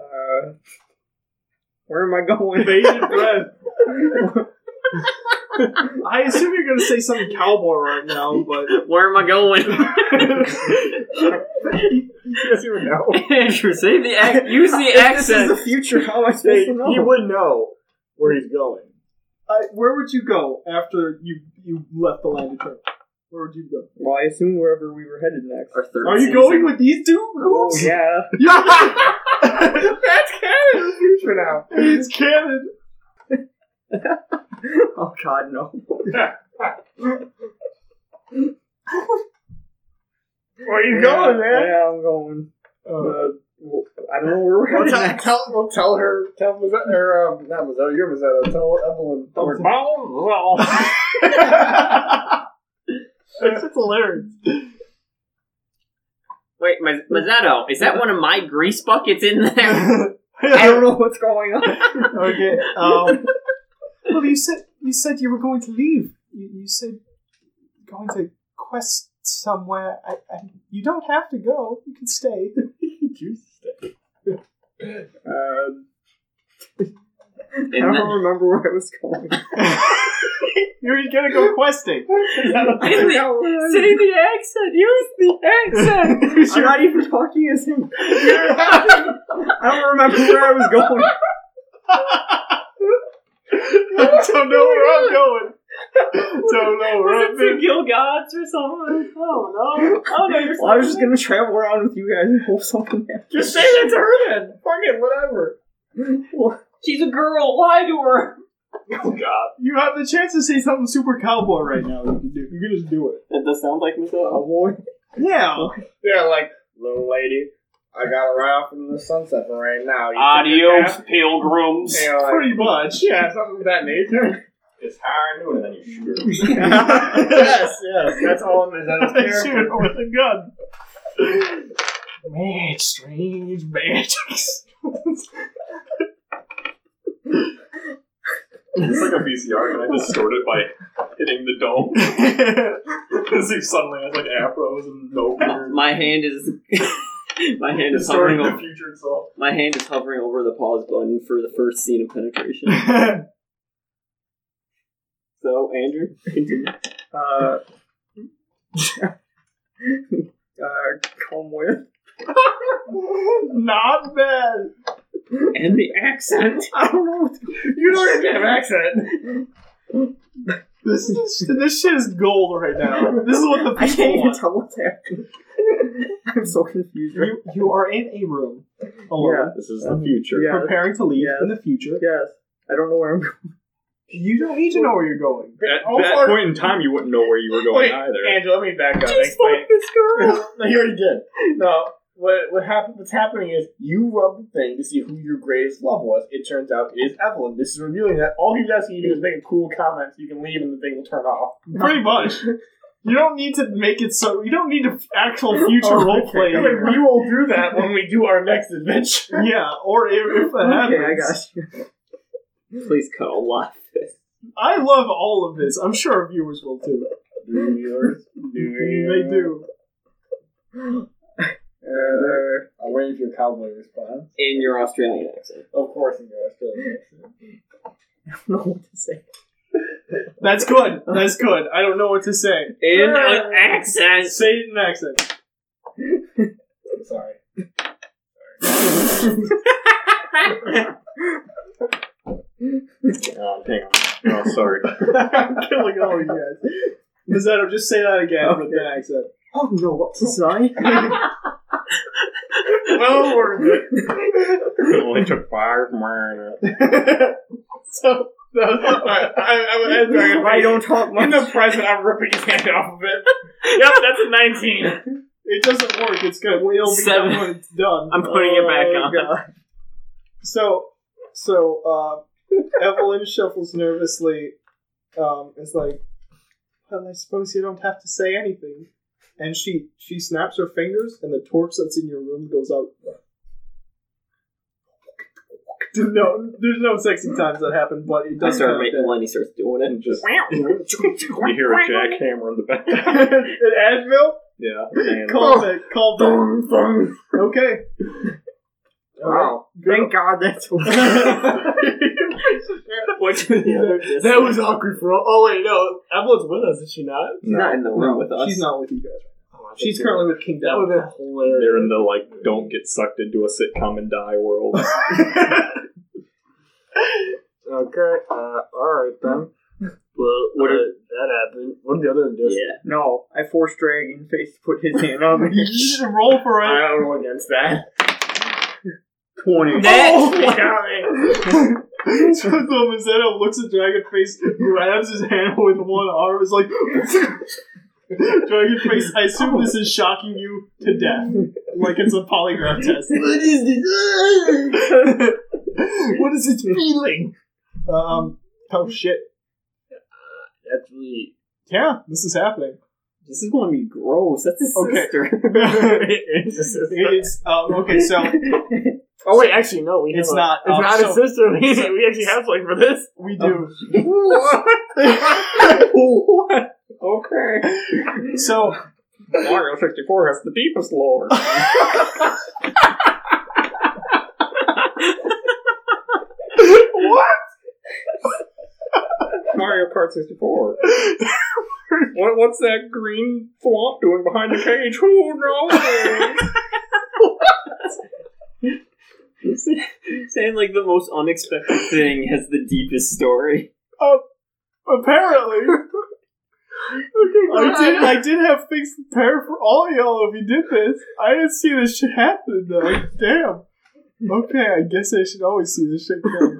S8: uh, where am I going?
S2: I assume you're gonna say something cowboy right now, but
S3: Where am I going?
S4: Yes, you would know.
S3: Andrew, say the ac- use the accent.
S8: future. How am I
S4: They-
S8: supposed to
S4: he
S8: know?
S4: would know where he's going.
S2: I, where would you go after you you left the land of Turtle? Where would you go?
S8: Well, I assume wherever we were headed next.
S3: Our third
S2: Are you
S3: season.
S2: going with these two
S8: Oh,
S2: goofs?
S8: yeah.
S4: That's canon. Future now.
S2: It's canon.
S8: Oh, God, no.
S4: Where are you
S8: Yeah,
S4: going, man?
S8: Yeah, I'm going.
S2: Uh,
S8: Uh, I don't know where we're
S4: Well,
S8: going
S4: tell,
S8: next.
S4: tell, well, tell her, tell Mazzetto, or um, not Mazzetto, you're Mazzetto, tell Evelyn. Tell her.
S2: That's hilarious.
S3: Wait, Maz- Mazzetto, is that one of my grease buckets in there?
S8: I don't know what's going on.
S2: Okay. Um, well, you said you said you were going to leave. You, you said going to quest somewhere. I, I, you don't have to go. You can stay.
S3: And
S8: I
S3: then-
S8: don't remember where I was going.
S2: You're gonna go questing.
S3: Sitting the accent. Use the accent.
S8: I'm not even talking as him. I don't remember where I was going.
S2: I don't know where I'm going. Don't know where I'm
S3: Was it to
S2: going.
S3: kill gods or something? Oh no! Oh no! You're
S8: Well, I was just gonna travel around with you guys and hope something happens.
S3: just say that to her then.
S4: Fuck it, whatever.
S3: She's a girl. Lie to her.
S2: You have the chance to say something super cowboy right now. You can do. You can just do it.
S3: That does sound like Mazzetto.
S2: Yeah.
S4: Yeah, like, little lady, I got her off in the sunset for right now. You
S7: Adios, pilgrims.
S4: took a nap, and, like,
S2: Pretty much.
S4: yeah, something of that nature.
S7: It's higher noon, and then you shoot her.
S4: yes, yes, that's all in Mazzetto's
S2: Shoot
S4: character.
S2: it with a gun. Mad, strange magics.
S7: It's like a VCR, and I distort it by hitting the dome. Because he suddenly has like afros and no beard.
S3: My hand is. My hand is
S7: Distorting
S3: hovering
S7: the
S3: over.
S7: future itself.
S3: My hand is hovering over the pause button for the first scene of penetration. so Andrew, continue.
S8: Uh, uh, come with.
S2: Not bad.
S3: and the accent.
S8: I don't know. What
S4: You don't even have an accent.
S2: This is this shit is gold right now. This is what the
S8: I can't
S2: people
S8: even
S2: want.
S8: tell what's happening. I'm so confused. Right?
S2: You you are in a room alone,
S7: This is the future.
S8: Um, Yeah.
S2: preparing to leave
S8: Yeah.
S2: in the future.
S8: Yes. I don't know where I'm going.
S2: You don't need to know where you're going.
S7: At
S4: How
S7: that
S4: far-
S7: point in time, you wouldn't know where you were going
S4: Wait,
S7: either.
S4: Oh, Angela, let me back up. and explain.
S8: this girl.
S4: No, you already did. No, what what happened? What's happening is you rub the thing to see who your greatest love was. It turns out it is Evelyn. This is revealing that all he's asking you to do is make a cool comment so you can leave and the thing will turn off.
S2: Pretty much. You don't need to make it so. You don't need to actual future
S8: Oh,
S2: role play.
S4: Anyway, we will do that when we do our next adventure.
S2: Yeah, or if, if that
S8: Okay, I
S2: happens.
S8: got you.
S3: Please cut a lot.
S2: I love all of this. I'm sure our viewers will too.
S4: Do yours. Do
S2: They do.
S8: Uh,
S4: I'm waiting for your cowboy response.
S3: In your Australian accent.
S4: Of course, in your Australian accent.
S8: I don't know what to say.
S2: That's good. That's good. I don't know what to say.
S3: In an accent.
S2: Say it in an accent.
S4: I'm Sorry.
S7: Oh, dang. Oh, sorry.
S2: I'm killing all of you guys. Mazzetto, just say that again with an accent.
S8: Oh no, what to say?
S4: Well, we're good.
S5: It only took five minutes.
S4: So, that was, all right, I, I, was- I, was very-
S8: I don't talk
S4: In
S8: much.
S4: the present, I'm ripping his hand off of it. Yep, that's a 19.
S2: It doesn't work. It's good. Well, it'll be
S3: Seven.
S2: done when it's done. Oh,
S3: I'm putting it back on.
S2: So, so uh, Evelyn shuffles nervously. Um, is like, well, I suppose you don't have to say anything. And she she snaps her fingers, and the torch that's in your room goes out. No, there's no sexy times that happen, but it
S3: I
S2: does
S3: start
S2: start
S3: making Lenny starts doing it.
S7: And just you hear a jackhammer in the back.
S2: An Advil?
S7: Yeah. And
S8: Oh.
S2: Call back, call back. Okay.
S8: Wow. Thank God that's
S2: that was awkward for all. Oh wait, no, Evelyn's with us, is she not?
S3: She's not in the room with us.
S2: She's not with you guys. Right now. She's currently with King. That
S8: Oh,
S4: would've
S2: been hilarious.
S7: they're in the like, don't get sucked into a sitcom and die world.
S4: Okay, uh, alright then. Well, what uh, that happened. What did the other do?
S3: Yeah.
S8: No, I forced Dragonface to put his hand on me.
S2: You should roll for it.
S4: I don't know against that.
S8: 20.
S3: That-
S2: Oh. so oh, Mazzetto looks at Dragonface, grabs his hand with one arm, is like, Dragon face, I assume this is shocking you to death. Like it's a polygraph test.
S4: What is this?
S2: what is its feeling? Um, oh shit.
S5: Uh,
S3: Actually,
S2: Yeah, this is happening.
S3: this is going to be gross. That's his
S2: Okay.
S3: sister.
S2: it's, um, okay, so
S8: Oh wait, actually no, we
S2: it's
S8: have a-
S2: not.
S8: It's
S2: um,
S8: not
S2: so
S8: a sister. We, we actually have something for this.
S2: we do.
S3: okay.
S2: So
S5: Mario 64 has the deepest lore. what? Mario Kart 64. what, what's that green swamp doing behind the cage? Who knows?
S3: Saying like the most unexpected thing has the deepest story.
S2: apparently, I did. I did have things prepared for all y'all if you did this. I didn't see this shit happen though. Damn. Okay, I guess I should always see this shit coming.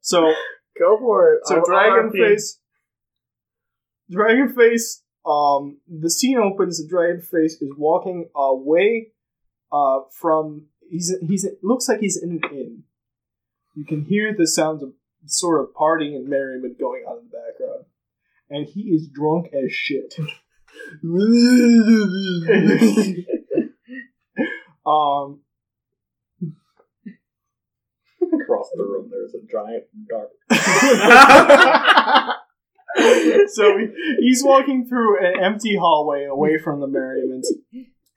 S2: So
S8: Go for it.
S2: So Dragon Face Dragon Face um the scene opens and Dragon Face is walking away uh from he's he's looks like he's in an inn. You can hear the sounds of sort of partying and merriment going on in the background. And he is drunk as shit. um
S5: Across the room, there's a giant dark.
S2: so he- he's walking through an empty hallway away from the merriment,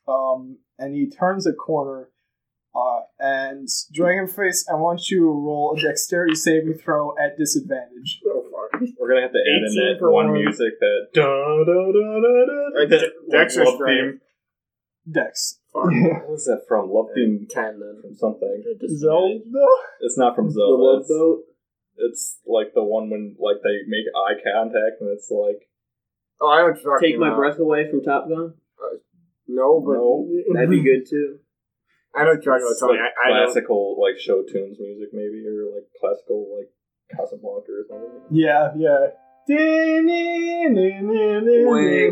S2: um, and he turns a corner. Uh, and Dragonface, I want you to roll a dexterity saving throw at disadvantage.
S5: We're gonna have to add in
S8: 18
S5: that
S8: for
S5: one
S8: one.
S5: music that. Da, da, da, da, da,
S8: Right,
S5: that
S8: Dexter's
S5: love
S8: great.
S5: theme.
S2: Dex.
S5: What was that from? Love theme
S8: Ten then.
S5: from something.
S2: Zelda?
S5: It's not from Zelda.
S8: Love
S5: it's- It's like the one when like they make eye contact and it's like
S8: Oh, I know what you're talking
S3: Take my
S8: about.
S3: breath away from Top Gun.
S8: No, but
S5: No.
S3: That'd be good too.
S8: I know what you're talking
S5: it's
S8: about. Tony.
S5: like
S8: I, I don't-
S5: classical like show tunes music maybe or like classical like Casablanca or something.
S2: Yeah, yeah. Wait,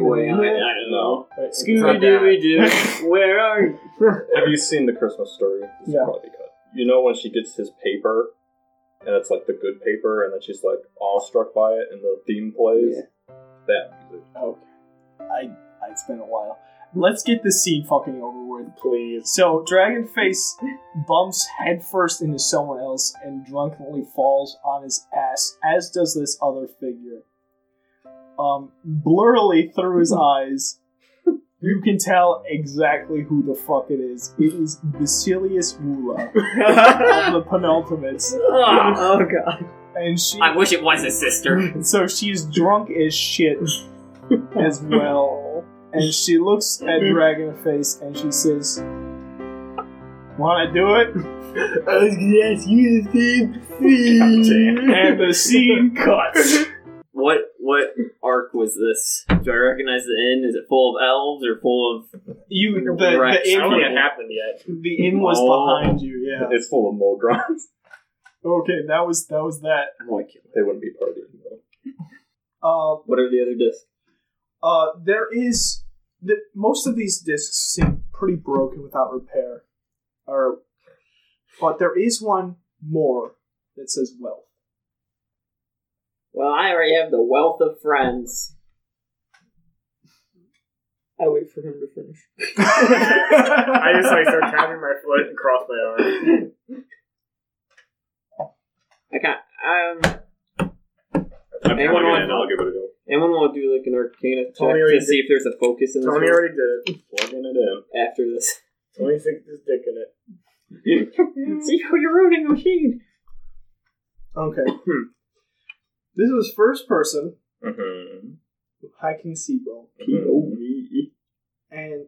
S3: wait, I-
S5: don't know.
S3: Scooby Dooby Doo, where are you?
S5: Have you seen the Christmas story? This
S2: Yeah.
S5: will probably be cut. You know when she gets his paper and it's like the good paper and then she's like awestruck by it and the theme plays. That music.
S2: Okay. Oh, I, I, it's been a while. Let's get this scene fucking over with.
S8: please.
S2: So Dragonface bumps headfirst into someone else and drunkenly falls on his ass, as does this other figure. Um, blurrily through his eyes, you can tell exactly who the fuck it is. It is Basilius Mula of the penultimates,
S3: Oh, oh god.
S2: and she.
S3: I wish it was his sister.
S2: So she's drunk as shit as well. And she looks at Dragonface and she says, Wanna do it?
S4: I was gonna ask you the same thing.
S2: And the scene cuts.
S3: What what arc was this? Do I recognize the inn? Is it full of elves or full of
S2: You the, the
S3: Right.
S2: inn,
S8: I don't think it happened yet.
S2: the inn was
S3: Oh.
S2: behind you, yeah.
S5: It's full of modrons.
S2: Okay, that was that was that.
S3: I'm like
S5: they wouldn't be partying though.
S2: Um
S3: what are the other discs?
S2: uh there is the, most of these discs seem pretty broken without repair. Or but there is one more that says wealth.
S3: Well, I already have the wealth of friends. I wait for him to finish.
S8: I just like start tapping my foot and cross my arm.
S3: I can't. Um,
S5: I'm
S3: Anyone
S5: gonna
S3: want-
S5: get in, I'll give it a go.
S3: anyone want to do like an Arcana check
S8: Tony
S3: to
S8: already
S3: see if there's a focus in this
S8: Tony
S3: room
S8: already did it.
S5: Plugging it in.
S3: after this?
S8: Tony sticks his dick in it.
S3: see how you're ruining the machine.
S2: Okay. this was first person,
S5: Mm-hmm.
S2: hiking Seagull,
S5: POV.
S2: and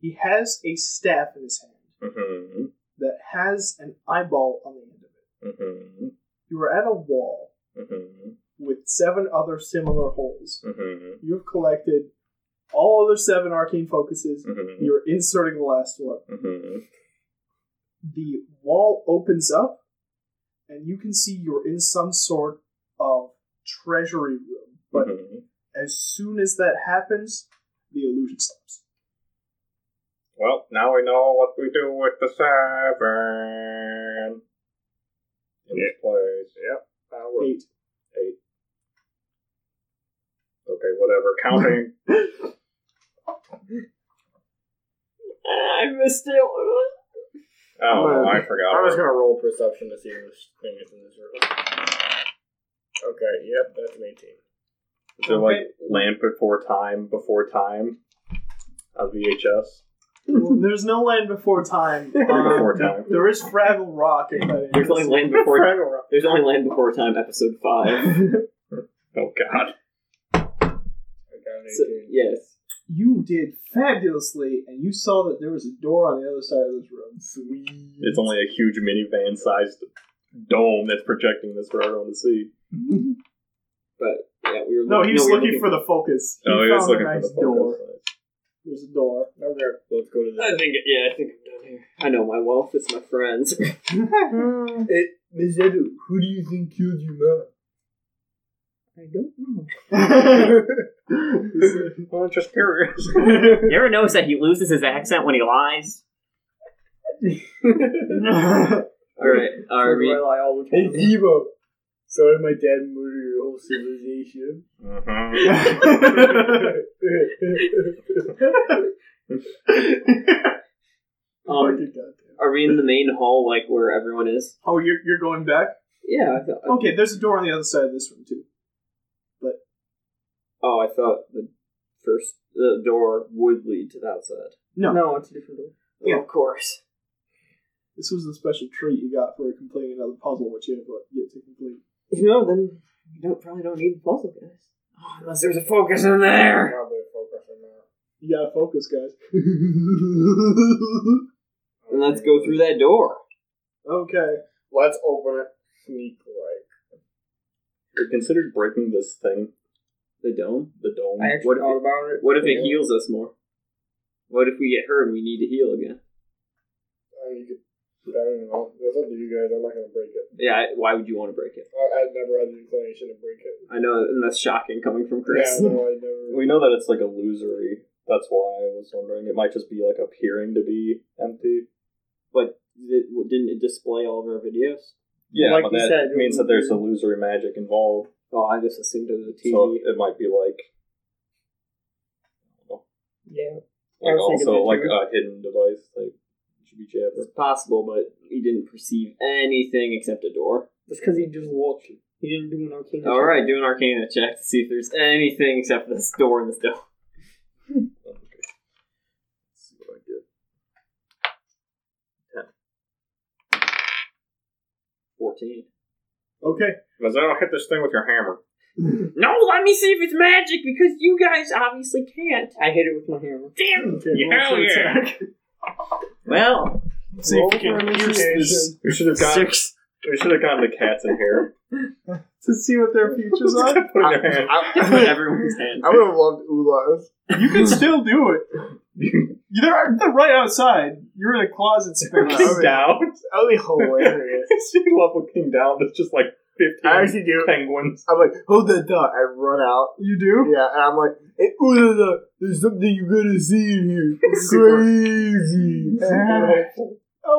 S2: he has a staff in his hand
S5: Mm-hmm.
S2: that has an eyeball on the end of it.
S5: Mm-hmm.
S2: You are at a wall
S5: Mm-hmm.
S2: with seven other similar holes.
S5: Mm-hmm.
S2: You have collected all other seven arcane focuses.
S5: Mm-hmm.
S2: You're inserting the last one.
S5: Mm-hmm.
S2: The wall opens up, and you can see you're in some sort of treasury room, but
S5: Mm-hmm.
S2: As soon as that happens, the illusion stops.
S5: Well, now we know what we do with the seven. In this place. Yep. Now we're
S2: Eight.
S5: Eight. Okay, whatever. Counting.
S3: I missed it.
S5: oh, I forgot.
S1: I was gonna roll perception to see who's cleanest in this room. Okay, yep, that's an 18.
S5: Is it like lamp before time, before time? Of VHS?
S2: Well, There's no land before time. Um,
S5: Before time.
S2: there is Fraggle Rock. If that
S3: There's only
S2: is.
S3: land before.
S1: Fraggle Rock.
S3: There's only land before time. Episode five.
S5: Oh, God.
S1: I got an
S3: So,
S1: 18.
S3: yes.
S2: You did fabulously, and you saw that there was a door on the other side of this room. Sweet.
S5: It's only a huge minivan sized dome that's projecting this for everyone to see.
S3: But yeah, we were.
S2: No, he was
S3: we were
S2: looking for the focus. He
S5: oh,
S2: found
S5: he was looking
S2: a nice
S5: for the
S2: door.
S5: door.
S2: There's a door.
S1: Okay, let's go to this.
S3: I think. Yeah, I think I'm done here. I know my wealth. It's my friends.
S1: Hey, Miss Edu, who do you think killed your mom?
S5: Well, I'm just curious.
S3: you ever notice that he loses his accent when he lies? All right. Are we?
S1: Hey, Zebo. So did my dad murder your whole civilization?
S5: Mhm.
S3: Um, are we in the main hall, like where everyone is?
S2: Oh, you're, you're going back?
S3: Yeah. I thought,
S2: Okay, there's a door on the other side of this room, too.
S3: oh, I thought the first the door would lead to the outside.
S2: No.
S3: no, it's a different door.
S2: Yeah.
S3: of course.
S2: This was the special treat you got for completing another puzzle, which you have like, yet to complete.
S3: If you know, then you don't probably don't need the puzzle, guys. Oh, unless there's a focus in there.
S1: Probably a focus on that.
S2: You gotta focus, guys.
S3: And let's go through that door.
S2: okay.
S1: Let's open it sneak like.
S5: We considered breaking this thing,
S3: The dome.
S5: the dome.
S1: I actually
S3: What if
S1: thought
S3: it-
S1: about it.
S3: What if it
S1: Yeah.
S3: heals us more? What if we get hurt and we need to heal again?
S1: I, mean, you could, I don't know. That's up to you guys. I'm not gonna break it.
S3: Yeah. I, why would you want to break it?
S1: I, I'd never had the inclination to break it.
S3: I know, and that's shocking coming from Chris.
S1: Yeah, no, I never.
S5: We know that it's like illusory. That's why I was wondering. It might just be like appearing to be empty.
S3: but it, didn't it display all of our videos?
S5: Yeah,
S1: Like
S5: but
S1: you
S5: that
S1: said, it
S5: means
S1: was
S5: that there's illusory magic involved.
S3: Oh, I just assumed it was a TV.
S5: So it might be like,
S1: Yeah.
S5: like
S1: was thinking
S5: also
S1: that
S5: like
S1: too.
S5: a hidden device, like Jibby Jabber.
S3: it's possible, but he didn't perceive anything except a door.
S1: That's because he just walked. He didn't do an arcane.
S3: All right, do an Arcana check to see if there's anything except this door and this door.
S5: Okay. Let's see what I get.
S3: Fourteen.
S2: Okay.
S5: Mazel, hit this thing with your hammer.
S3: No, let me see if it's magic because you guys obviously can't. I hit it with my hammer. Damn.
S2: okay roll for attack.
S3: Well,
S2: See if you can pierce this
S5: We should have gotten. We should have gotten the cats in here.
S2: to see what their futures
S5: Just
S2: are.
S5: kept putting their hand.
S3: everyone's hand.
S1: I would have loved Ula's.
S2: You can still do it. They're, they're right outside. You're in a closet space.
S5: King down.
S1: That would be hilarious.
S5: she level King down. There's just like fifteen
S1: I actually do.
S5: penguins.
S1: I'm like, hold that thought. I run out.
S2: You do?
S1: Yeah, and I'm like, hey, Ula, there's something you gotta see in here. It's crazy.
S3: Mm.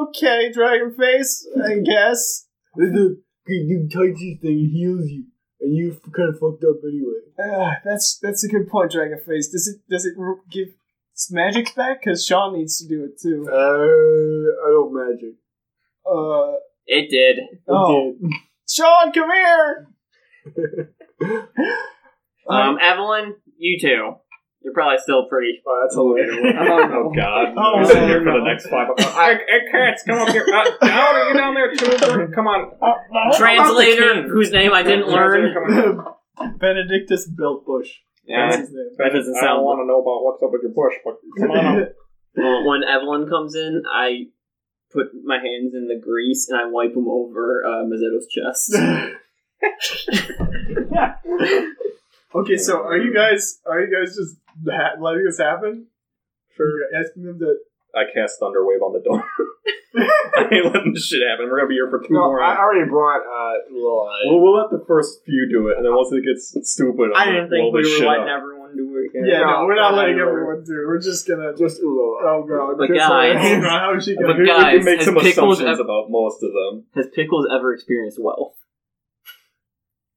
S2: Okay, Dragon Face, I guess.
S1: There's a, you touch this thing, it heals you. And you kind of fucked up anyway.
S2: Ah, that's that's a good point, Dragon Face. Does it does it r- give s- magics back? Because Sean needs to do it too.
S1: Uh, I don't magic.
S2: Uh,
S3: It did.
S2: oh. Sean, come here!
S3: Um, Evelyn, you two. You're probably still pretty.
S1: Oh, that's hilarious.
S5: Oh God!
S2: Oh,
S5: I'm sitting here for
S2: no.
S5: the next five. Hey, hey, cats, come up here. Uh, down, are you down there too? Come on.
S3: Translator, whose name I didn't learn.
S2: Benedictus Beltbush. That's
S3: Yeah,
S2: his name.
S3: that doesn't
S5: I don't
S3: sound
S5: want to know about what's up with your bush, but come on up.
S3: Well, when Evelyn comes in, I put my hands in the grease and I wipe them over uh, Mazzetto's chest.
S2: Okay, so are you guys are you guys just ha- letting this happen? Sure. Asking them to
S5: I cast Thunderwave on the dome. I ain't letting this shit happen. We're gonna be here for two
S4: No,
S5: more
S4: I
S5: hours.
S4: already brought uh, little. Uh,
S5: Well, we'll let the first few do it, and then once it gets stupid,
S3: I didn't
S5: I'm gonna
S3: think
S5: roll
S3: we
S5: this
S3: were
S5: shit
S3: letting
S5: up.
S3: everyone do it.
S2: Yeah, no,
S4: No,
S2: we're not
S4: not
S2: letting
S4: everywhere.
S2: everyone do. it. We're just gonna.
S4: just Uloa.
S2: Oh god.
S3: But
S2: Just-
S3: guys-
S2: oh, God, how is she
S5: I
S2: gonna?
S5: mean,
S3: But
S5: we
S3: guys,
S5: can make
S3: has
S5: some
S3: Pickles
S5: assumptions
S3: ever-
S5: about most of them,
S3: Has Pickles ever experienced wealth?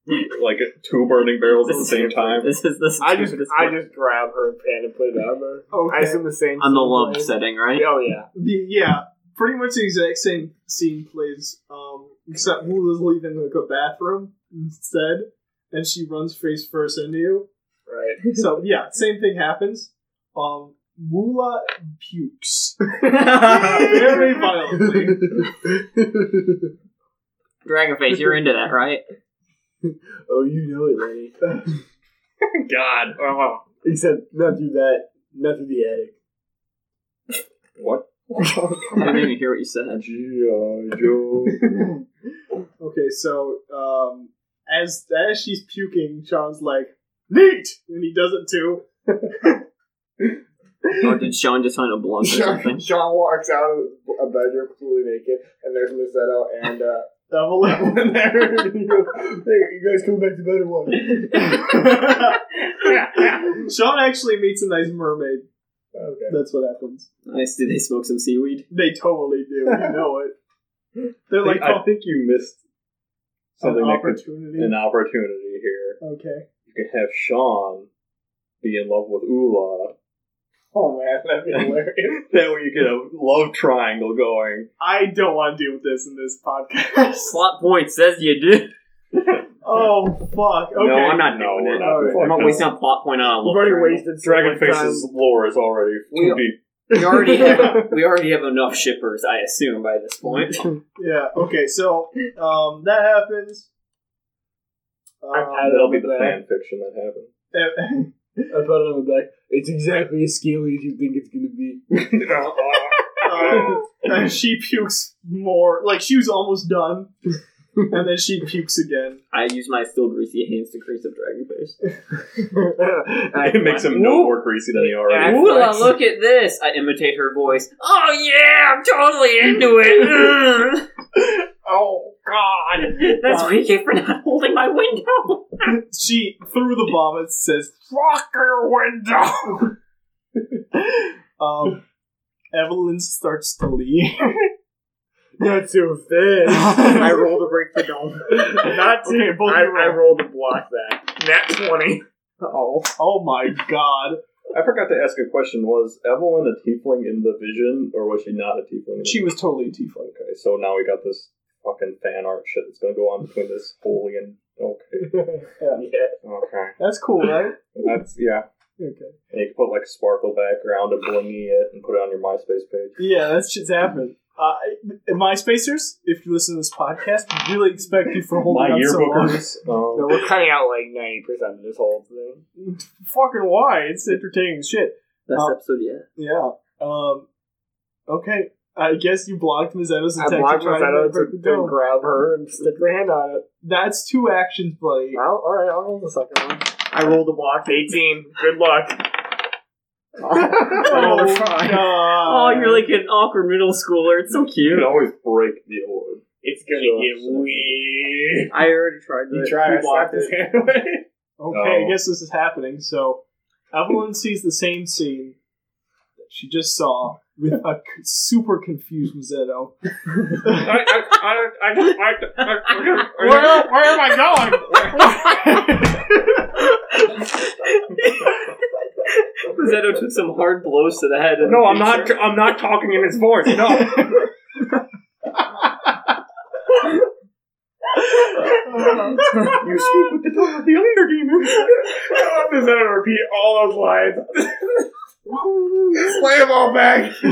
S5: like two burning barrels at the same time.
S3: This is this. Is
S4: I just
S3: this
S4: I just grab her pan and put it on there. I
S2: Okay.
S4: assume the same.
S3: on the
S4: scene
S3: love
S4: plays.
S3: setting, right?
S4: Oh yeah.
S2: The, yeah, pretty much the exact same scene plays, um, except Mula's leaving like a bathroom instead, and she runs face first into you.
S4: Right.
S2: So yeah, same thing happens. Um, Mula pukes very violently.
S3: Dragonface, you're into that, right?
S4: Oh, you know it, Lenny.
S5: God, oh,
S4: Except not through that, not through the attic.
S5: what?
S3: I didn't even hear what you said.
S5: G.I. Joe.
S2: Okay, so um, as as she's puking, Sean's like, "Neat," and he does it too.
S3: Or Oh, did Sean just sign a blunt or
S4: Sean,
S3: something?
S4: Sean walks out of a bedroom completely naked, and there's Misetto and uh,
S2: Evelyn.
S4: in there. And he goes, hey, you guys come back to bed at one.
S2: Sean actually meets a nice mermaid.
S4: Okay.
S2: That's what happens.
S3: Nice. Did they smoke some seaweed?
S2: They totally do. You know it. They're like
S5: I think you missed
S2: "Oh, an
S5: something that could
S2: opportunity.
S5: an opportunity here.
S2: okay.
S5: You could have Sean be in love with Ula.
S4: Oh man, that'd be hilarious.
S5: That way you get a love triangle going.
S2: I don't want to deal with this in this podcast.
S3: Plot point says you do.
S2: oh fuck. Okay.
S3: No, I'm not doing
S5: we're
S3: it.
S5: not doing
S3: I'm not
S5: that.
S3: wasting a plot point on a
S4: We've
S3: love
S4: already
S3: triangle.
S4: wasted so much
S5: Dragonface's lore is already
S3: We-
S5: too deep.
S3: We already have we already have enough shippers, I assume, by this point.
S2: Yeah. Okay. So um, that happens.
S4: I've had
S5: That'll be the
S4: that.
S5: fan fiction that happened.
S2: Um,
S4: time. I put it on the back. It's exactly as scaly as you think it's gonna be.
S2: um, and she pukes more. Like she was almost done, and then she pukes again.
S3: I use my still greasy hands to crease up dragon face.
S5: it makes him no more greasy than he already
S3: Ooh, look at this! I imitate her voice. Oh yeah, I'm totally into it. Ugh.
S4: Oh God!
S3: That's what you get for not holding my window.
S2: She through the vomit says,
S4: Lock your window.
S2: um, "Evelyn starts to leave."
S4: Not too fast. I rolled to break the dome. Not too.
S2: Okay, both
S4: I,
S2: you
S4: I
S2: roll.
S4: rolled to block that. Nat twenty.
S2: Oh, oh my god.
S5: I forgot to ask a question. Was Evelyn a tiefling in the vision, or was she not a tiefling? In the
S2: She was totally a tiefling.
S5: Okay, so now we got this fucking fan art shit that's gonna go on between this holy and okay,
S4: Yeah.
S5: okay.
S2: That's cool, right?
S5: That's yeah.
S2: Okay.
S5: And you can put like a sparkle background and blingy it and put it on your MySpace page.
S2: Yeah, that shit's happened. Uh, my spacers, if you listen to this podcast, we really expect you for holding
S5: My
S2: out so long.
S5: yearbookers.
S4: No,
S5: Um,
S4: we're cutting out like ninety percent of this whole thing.
S2: Fucking why? It's entertaining as shit.
S3: Best
S2: Oh.
S3: episode yet.
S2: Yeah. Um. Okay. I guess you blocked Mazzetto's
S4: I
S2: attack.
S4: blocked
S2: to try
S4: Rosetto
S2: and
S4: to,
S2: break
S4: to
S2: the dome.
S4: grab her and stick her hand on it.
S2: That's two actions, buddy.
S4: Well, all right, I'll roll the second one. I rolled a block eighteen. Good luck.
S2: Oh,
S3: Oh,
S2: God.
S3: you're like an awkward middle schooler. It's so
S5: you
S3: cute.
S5: can always break the orb.
S4: It's gonna get weird.
S3: I already tried
S4: You
S3: that.
S4: try
S3: You
S4: to slap
S3: blocked
S4: his
S3: it.
S4: hand away.
S2: Okay, I
S5: Oh.
S2: guess this is happening. So Evelyn sees the same scene that she just saw with a c- super confused Mazzetto.
S9: I, I, I, I, just- I, I,
S4: Where, where am I going?
S3: Mazzetto took some hard blows to the head. in
S9: no,
S3: the
S9: I'm
S3: future.
S9: not. I'm not talking in his voice. No,
S4: you speak with the tongue of the under demon. I love this. I don't repeat all those lines. Play them all back.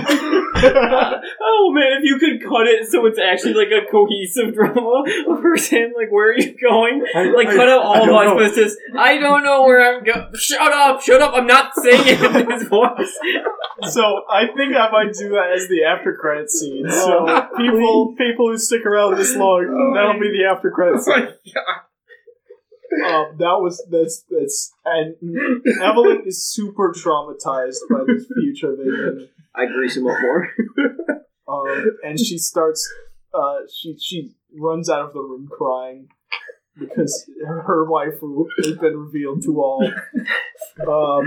S3: oh man, if you could cut it so it's actually like a cohesive drama of her saying like, "Where are you going?" Like, cut out all of us, but it's just, "I don't know where I'm going." Shut up! Shut up! I'm not saying it in his voice.
S2: so I think I might do that as the after credit scene. So people people who stick around this long, that'll be the after credit scene. Um, that was that's that's and Evelyn is super traumatized by this future vision.
S3: I grease him up more.
S2: Um, and she starts uh, she she runs out of the room crying because her waifu has been revealed to all. Um,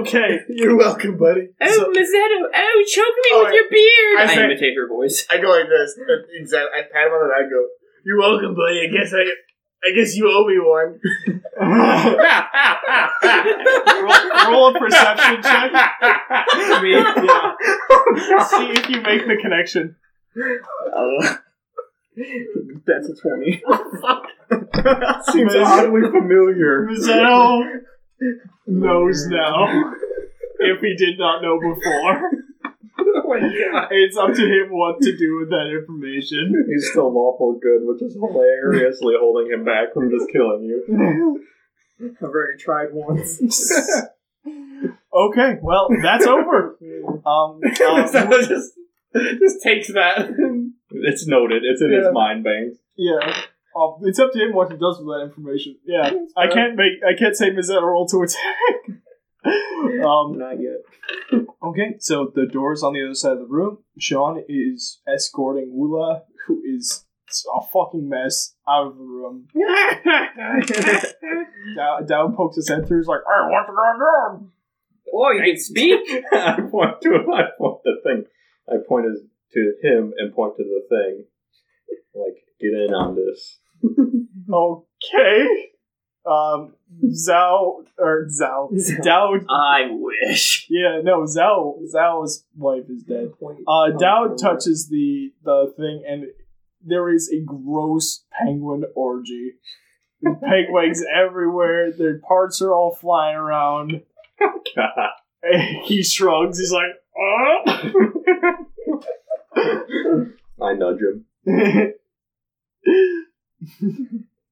S2: okay,
S4: You're welcome, buddy.
S3: Oh,
S2: So-
S3: Mazzetto! Oh, choke me with
S4: Alright.
S3: your
S4: I
S3: beard! I,
S4: said-
S3: imitate her voice.
S4: I go like this. Exactly. I pat him on the back. and Go. You're welcome, buddy. I guess I. I guess you owe me one.
S2: roll, roll a perception check.
S3: I mean,
S2: Yeah. Uh, See if you make the connection.
S3: that's a 20.
S2: Seems oddly familiar. Mazzetto knows now. If he did not know before, Oh it's up to him what to do with that information.
S10: He's still lawful good, which is hilariously holding him back from just killing you.
S8: I've already tried once.
S2: Okay, well, that's over. Um, um,
S3: Mazzetto just, just takes that.
S10: It's noted. It's in
S2: Yeah.
S10: his mind bank.
S2: yeah. Um, it's up to him what he does with that information. Yeah, I can't make, I can't say Mazzetto roll to attack. um,
S3: Not yet.
S2: Okay, so the door's on the other side of the room. Sean is escorting Wula, who is a fucking mess, out of the room. Dow, Dow pokes his head through. He's like, I want to go down.
S3: Oh, you can speak?
S10: I point to him. I point the thing. I point as- to him and point to the thing. Like, get in on this.
S2: Okay. Um, Zhao, or Zhao. Dao,
S3: I wish.
S2: yeah, no, Zhao, Zhao's wife is dead. Uh, Dao touches the, the thing, and there is a gross penguin orgy. There's penguins everywhere. Their parts are all flying around. And he shrugs. He's like, oh.
S10: I nudge him.
S2: the,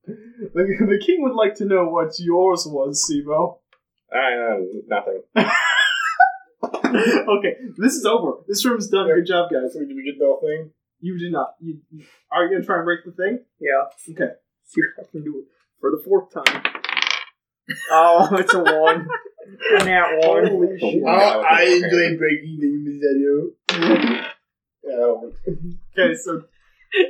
S2: the king would like to know what yours was, Sibo.
S10: I, uh, nothing.
S2: okay, this is over. This room's done. Good job, guys.
S4: So did we get the whole thing?
S2: You did not. You, you- are you gonna try and break the thing?
S8: Yeah.
S2: Okay.
S8: See if I can do it for the fourth time. Oh, it's a one. And that one.
S2: Holy shit.
S4: Oh, I enjoy breaking things, I do. Yeah.
S2: Okay, so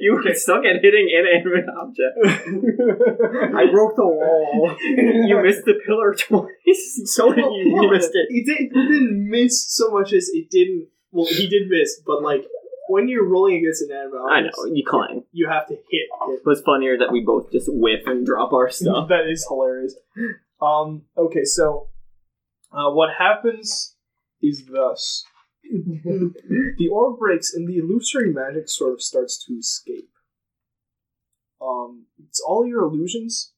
S3: You were stuck at hitting inanimate object.
S8: I broke the wall.
S3: You missed the pillar twice.
S2: so did you.
S8: You missed it.
S2: He did, he didn't miss so much as it didn't. Well, he did miss, but like when you're rolling against an animal,
S3: I know, you climb.
S2: you have to hit. it.
S3: It was funnier that we both just whiff and drop our stuff.
S2: That is hilarious. Um. Okay, so uh, what happens is thus: the orb breaks, and the illusory magic sort of starts to escape. Um, it's all your illusions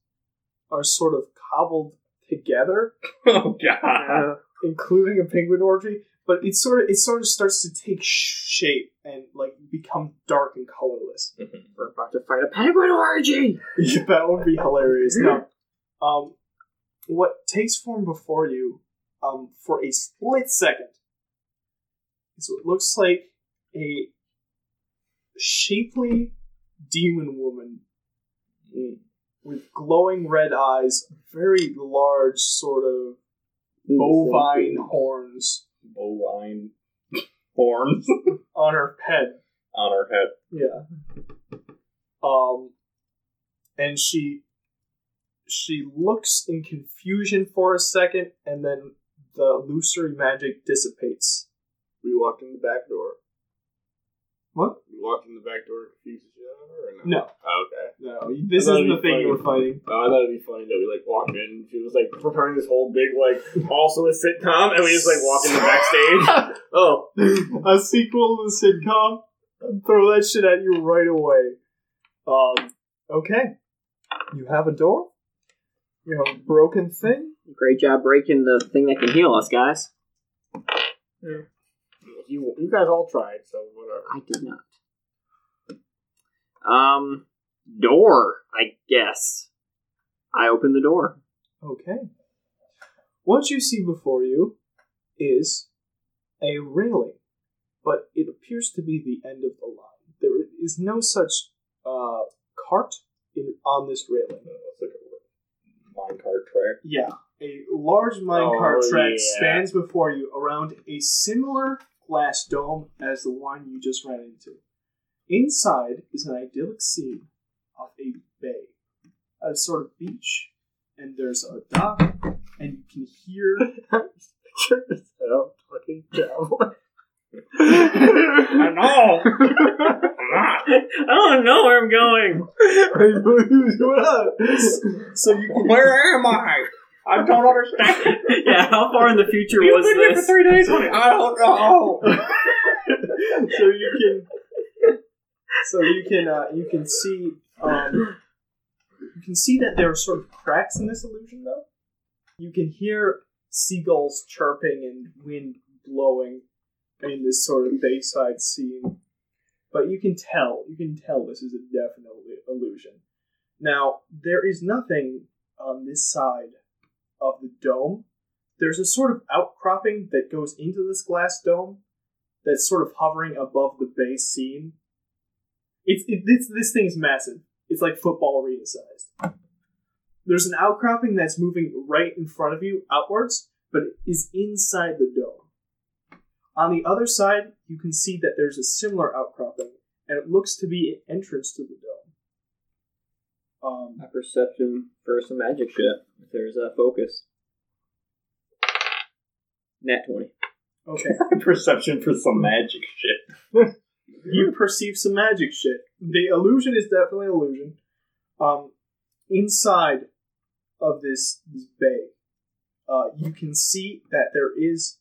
S2: are sort of cobbled together.
S10: Oh, God.
S8: Uh,
S2: including a penguin orgy, but it sort of it sort of starts to take sh- shape and like become dark and colorless.
S3: We're about to fight a penguin orgy!
S2: that would be hilarious. Now, um, what takes form before you, um, for a split second, is what looks like a shapely demon woman with glowing red eyes, very large sort of bovine horns
S10: Bovine horns
S2: on her head.
S10: on her head.
S2: Yeah. Um, and she she looks in confusion for a second, and then the illusory magic dissipates.
S4: We walked in the back door.
S2: What?
S4: We walked in the back door to confuse each other, or no?
S2: No.
S4: Oh, okay.
S2: No, this
S4: That'd
S2: isn't
S4: be
S2: the thing you were fighting.
S4: Oh, I thought it'd be funny that we like walked in. She was like preparing this whole big like also a sitcom, and we just like walk in the backstage.
S2: Oh, a sequel to the sitcom. Throw that shit at you right away. Um, okay. You have a door. You have a broken thing.
S3: Great job breaking the thing that can heal us, guys.
S4: you, you guys all tried, so whatever.
S3: I did not. Um, door, I guess. I open the door.
S2: Okay. What you see before you is a railing, but it appears to be the end of the line. There is no such uh, cart. in, on this railing.
S10: It's like a minecart track.
S2: Yeah, a large minecart
S8: Oh,
S2: track
S8: yeah.
S2: spans before you around a similar glass dome as the one you just ran into. Inside is an idyllic scene of a bay, a sort of beach, and there's a dock, and you can hear.
S3: I know. I don't know where I'm going.
S2: so you can
S8: Where am I? I don't understand.
S3: Yeah, how far in the future
S8: You've
S3: was
S8: been here for
S3: this?
S8: three days. honey. I don't know.
S2: so you can so you can uh, you can see um, you can see that there are sort of cracks in this illusion though you can hear seagulls chirping and wind blowing in this sort of bayside scene but you can tell you can tell this is a definite illu- illusion now there is nothing on this side of the dome there's a sort of outcropping that goes into this glass dome that's sort of hovering above the base scene. It's it, this this thing's massive. It's like football arena sized. There's an outcropping that's moving right in front of you outwards, but it is inside the dome. On the other side, you can see that there's a similar outcropping, and it looks to be an entrance to the dome. Um,
S8: My perception for some magic shit. If there's a focus. Nat 20.
S2: okay.
S10: Perception for some magic shit.
S2: you perceive some magic shit. The illusion is definitely illusion. Um, inside of this, this bay, uh, you can see that there is,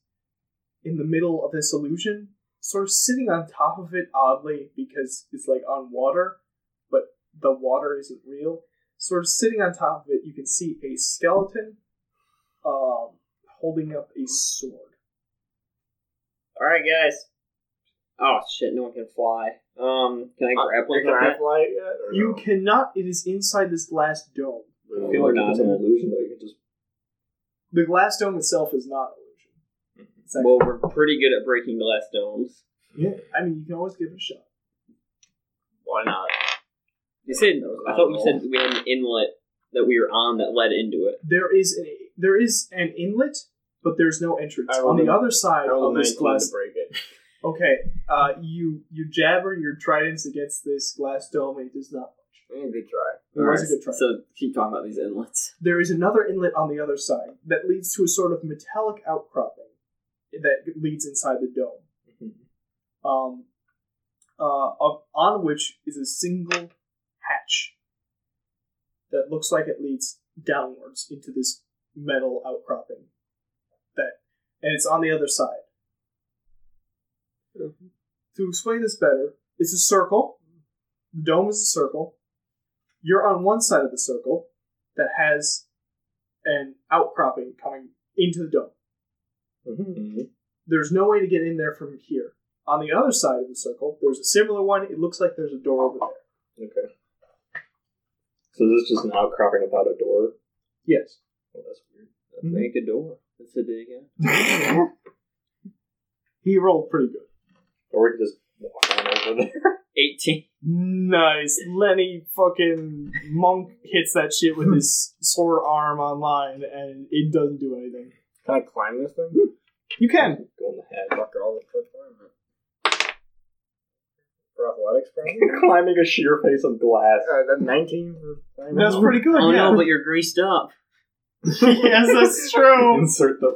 S2: in the middle of this illusion, sort of sitting on top of it oddly because it's like on water, but the water isn't real. Sort of sitting on top of it, you can see a skeleton um, holding up a sword.
S8: Alright, guys. Oh, shit, no one can fly. Um, Can I grapple
S2: Can
S8: with
S2: I
S8: that?
S2: fly it yet, or You cannot, it is inside this glass dome.
S10: I feel like if it's an illusion though. You can just
S2: The glass dome itself is not illusion.
S4: Mm-hmm.
S2: It's like-
S8: Well, we're pretty good at breaking glass domes.
S2: yeah, I mean, you can always give it a shot.
S8: Why not? You said, I thought we said we had an inlet that we were on that led into it.
S2: There is a, there is an inlet, but there's no entrance.
S4: I
S2: On
S4: rolled
S2: the
S4: a-
S2: other side
S4: rolled
S2: of
S4: a
S2: this
S4: 19
S2: glass,
S4: to break it.
S2: okay, uh, you you jabber your tridents against this glass dome, and it does not.
S4: Mm, Good try.
S2: It was a good try.
S8: So keep talking about these inlets.
S2: There is another inlet on the other side that leads to a sort of metallic outcropping that leads inside the dome. Um, uh, of- on which is a single hatch that looks like it leads downwards into this metal outcropping. That, and it's on the other side. To explain this better, it's a circle. The dome is a circle. You're on one side of the circle, that has an outcropping coming into the dome.
S5: Mm-hmm.
S2: There's no way to get in there from here. On the other side of the circle, there's a similar one. It looks like there's a door over there.
S10: okay. So this is just an outcropping without a door.
S2: Yes.
S10: Well, that's weird.
S8: Make a door. That's a big yeah.
S2: He rolled pretty good.
S10: Or we could just walk on over there.
S8: 18.
S2: Nice. Lenny fucking Monk hits that shit with his sword arm online and it doesn't do anything.
S4: Can I climb this thing?
S2: You can.
S10: Go in the head.
S4: Fuck all the first time. huh? For athletics, probably?
S10: Climbing a sheer face of glass.
S4: uh, that's 19 for climbing.
S2: That's pretty good,
S8: Oh
S2: yeah.
S8: no, but you're greased up.
S2: yes, that's true.
S10: Insert the.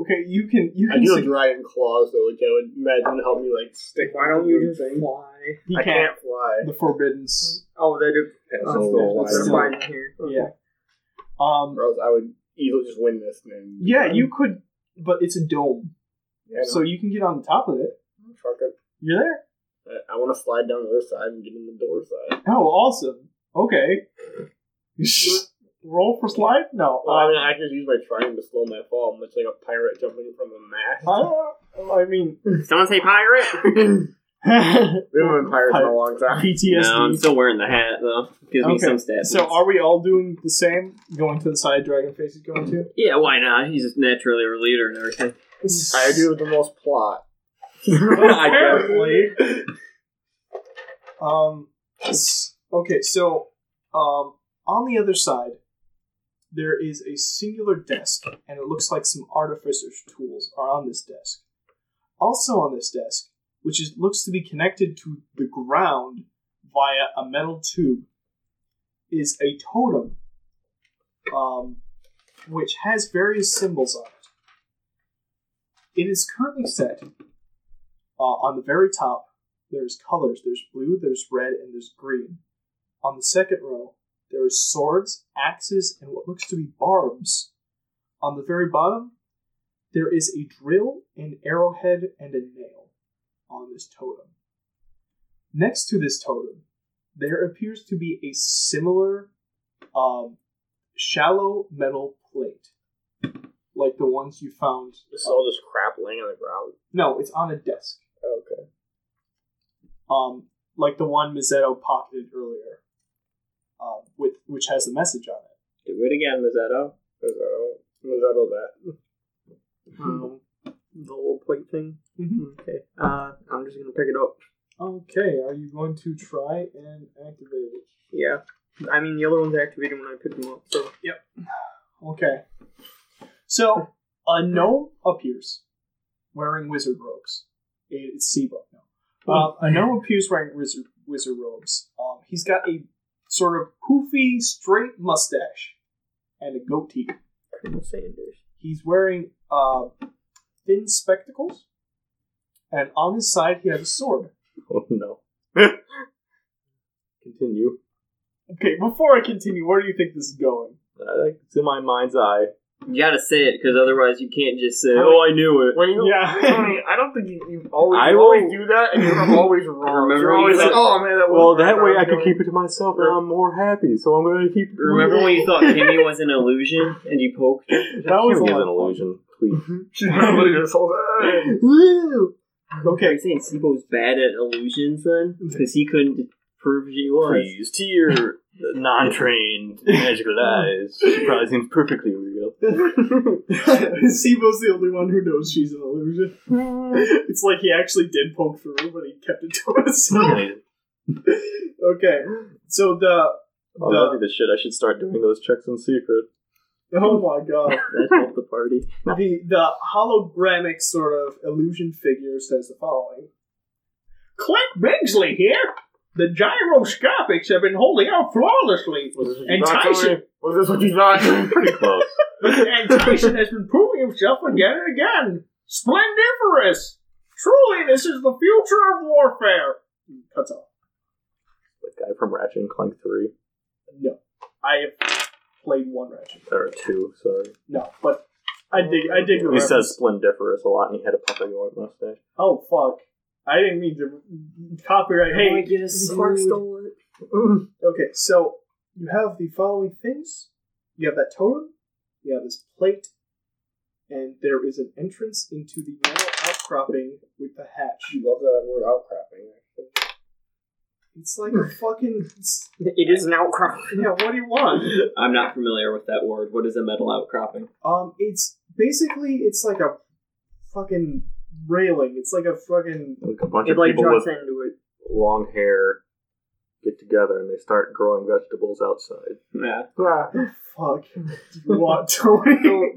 S2: Okay, you can you
S4: I
S2: can
S4: do
S2: see
S4: have dragon claws, though, which I would imagine help me, like, stick
S8: Why don't you
S4: to the
S8: just
S4: thing.
S8: fly?
S2: he
S4: I
S2: can't
S4: can't fly.
S2: the forbiddens
S8: Oh, they do.
S10: Oh,
S4: that's
S2: still-
S10: why-
S8: flying here.
S2: Yeah. Um.
S4: Or else I would easily just win this thing.
S2: Yeah, you could, but it's a dome,
S4: Yeah,
S2: so you can get on the top of it.
S4: no, fuck it.
S2: You're there.
S4: I, I want to slide down the other side and get in the door side.
S2: Oh, awesome. Okay. Roll for slide. No.
S4: Well, I mean, I could use my trying to slow my fall, much like a pirate jumping from a mast.
S2: uh, I mean,
S8: Someone say pirate?
S4: We haven't been pirates in a long time.
S2: PTSD.
S8: No, I'm still wearing the hat though. Gives me
S2: Okay,
S8: some stats.
S2: so are we all doing the same? Going to the side dragon face is going to.
S8: yeah, why not? He's just naturally a leader and everything.
S4: I do the most plot.
S2: Apparently. um. s- Okay, so um, on the other side, there is a singular desk, and it looks like some artificer's tools are on this desk. Also on this desk, which is, looks to be connected to the ground via a metal tube, is a totem, um, which has various symbols on it. It is currently set uh, on the very top. There's colors. There's blue. There's red, and there's green. On the second row, there are swords, axes, and what looks to be barbs. On the very bottom, there is a drill, an arrowhead, and a nail on this totem. Next to this totem, there appears to be a similar um, shallow metal plate, like the ones you found.
S4: This is all just crap laying on the ground.
S2: No, it's on a desk,
S4: Okay.
S2: um, like the one Mazzetto pocketed earlier, uh, with, which has the message on it.
S4: Do it again, Mazzetto.
S11: Mazzetto. Mazzetto that.
S4: Um, the little plate thing.
S2: Mhm.
S4: Okay. Uh, I'm just gonna pick it up.
S2: Okay, are you going to try and activate it?
S4: Yeah. I mean, the other one's activated when I picked them up. So
S2: Okay. So, a gnome appears wearing wizard robes. It- It's Seabuck now.
S4: Oh.
S2: Um, a gnome appears wearing wizard, wizard robes. Um, he's got a sort of poofy, straight mustache and a goatee.
S4: Colonel Sanders.
S2: He's wearing uh, thin spectacles, and on his side, he has a sword.
S5: Oh no. Continue.
S2: Okay, before I continue, where do you think this is going?
S5: I think It's in my mind's eye.
S3: You gotta say it, because otherwise you can't just say,
S4: How
S3: oh, I knew it.
S4: When you,
S2: Yeah.
S4: Tony, I don't think you, you always,
S5: I
S4: you
S5: will-
S4: always do that, and you're always wrong.
S3: Remember
S4: You're
S3: when
S4: always
S3: you
S4: like,
S3: said-
S4: oh man, that was
S5: Well, that way I could keep it to myself, and I'm more happy. So I'm going to keep.
S3: Remember when you thought Kimmy was an illusion and you poked?
S5: that was
S2: was a lot
S5: an illusion? Please.
S4: She's not really this whole time.
S2: Okay,
S3: Are you saying Sibo's bad at illusions then? Because he couldn't prove she was.
S5: Please, to your non-trained magical eyes, she probably seems perfectly real.
S2: Sibo's the only one who knows she's an illusion. it's like he actually did poke through, but he kept it to himself. okay, so the
S5: Oh, that'd be the shit. I should start doing those checks in secret.
S2: oh my god,
S3: That helped the party.
S2: the the holographic sort of illusion figure says the following:
S12: Clint Bigsley here. The gyroscopics have been holding out flawlessly,
S4: Was this what
S12: and
S4: you thought, Tony?
S12: Tyson
S4: Was this what you thought?
S5: Pretty close.
S12: and Tyson has been proving himself again and again. Splendiferous! Truly, this is the future of warfare.
S2: "Cuts off.
S5: the guy from Ratchet and Clank Three,
S2: I have played one ratchet.
S5: or two, sorry.
S2: No, but I dig. I dig the
S5: He
S2: reference.
S5: says splendiferous a lot, and he had a puppy white mustache.
S2: "Oh fuck." I didn't mean to copyright. Hey,
S3: get
S4: Clark stole it.
S2: Okay, so you have the following things. You have that totem, you have this plate, and there is an entrance into the metal outcropping with the hatch.
S11: You love that word outcropping.
S2: It's like a fucking
S4: It is an outcrop.
S2: yeah. What do you want?
S3: I'm not familiar with that word. What is a metal outcropping?
S2: Um, it's basically it's like a fucking railing. It's like a fucking
S5: Like a bunch
S4: It
S5: of
S4: like
S5: people
S4: drops
S5: with
S4: into it.
S5: long hair get together and they start growing vegetables outside.
S3: Yeah.
S2: fuck. Do you want to?
S4: So,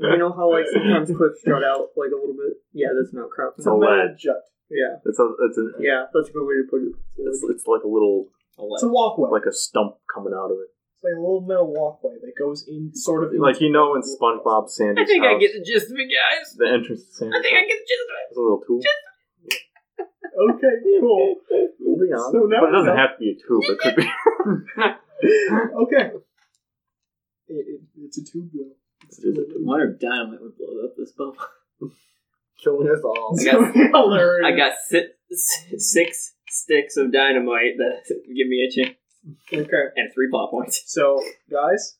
S4: you know how like sometimes cliffs jut out like a little bit? Yeah, that's an outcrop.
S5: It's a ledge.
S2: Jut.
S4: Yeah,
S5: It's a it's a
S4: yeah, that's a good way to put it.
S5: it's, it's like a little
S2: It's a walkway.
S5: like a stump coming out of it.
S2: It's like a little metal walkway that goes in sort of
S5: Like you know in SpongeBob Sandy's
S3: I think
S5: house,
S3: I get the gist of it, guys.
S5: the entrance to Sandy's
S3: I think I
S5: house.
S3: get the gist of it.
S5: It's a little tube.
S2: okay, cool.
S5: Moving on.
S2: So now
S5: but it
S2: we
S5: doesn't
S2: know-
S5: have to be a tube. It could be.
S2: okay. It, it, it's a tube though. It's
S5: It is a
S3: I
S5: tube.
S3: wonder if dynamite would blow up this bubble.
S11: Killing us all.
S3: I got,
S2: hilarious.
S3: I got six, six sticks of dynamite that give me a chance
S2: Okay.
S3: and three plot points.
S2: So, guys,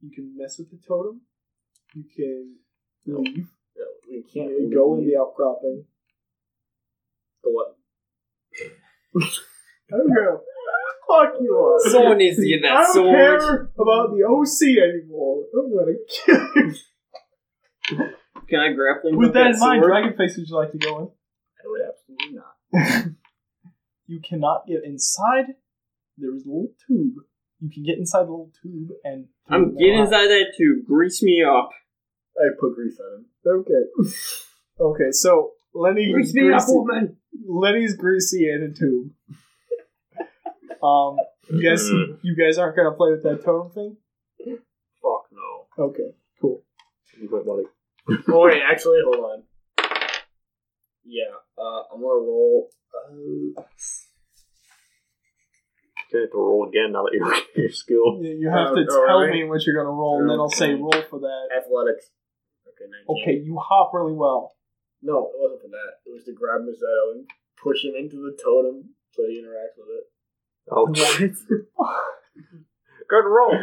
S2: you can mess with the totem. You can leave.
S11: We
S2: You
S11: can't
S2: can go in the outcropping.
S11: the what?
S2: I don't care. Fuck you all.
S3: Someone needs to get
S2: I
S3: that
S2: don't
S3: sword.
S2: care about the OC anymore. I'm gonna kill you.
S3: Can I grapple
S2: With that in mind,
S3: sword?
S2: Dragonface, would you like to go in?
S11: I would absolutely not.
S2: You cannot get inside there is a little tube. You can get inside the little tube and.
S3: I'm getting inside that tube. Grease me up.
S4: I put grease on him.
S2: Okay. Okay, so Lenny
S3: Grease me up,
S2: greasy,
S3: old man.
S2: Lenny's greasy in a tube. um, you guys,
S4: Uh-huh.
S2: you guys aren't gonna play with that totem thing.
S10: Fuck no.
S2: Okay, cool.
S10: You might want to.
S4: oh wait, actually, hold on. Yeah, uh, I'm gonna roll. Uh,
S10: Okay, have to roll again now that you're your skill.
S2: You, you have to
S4: Uh, all
S2: tell
S4: right.
S2: me what you're gonna roll, and then I'll say
S4: Okay.
S2: roll for that.
S4: athletics. Okay, 19.
S2: Okay, you hop really well.
S4: No, it wasn't for that. It was to grab Mazzetto and push him into the totem so he interacts with it.
S10: Oh, shit. Good roll.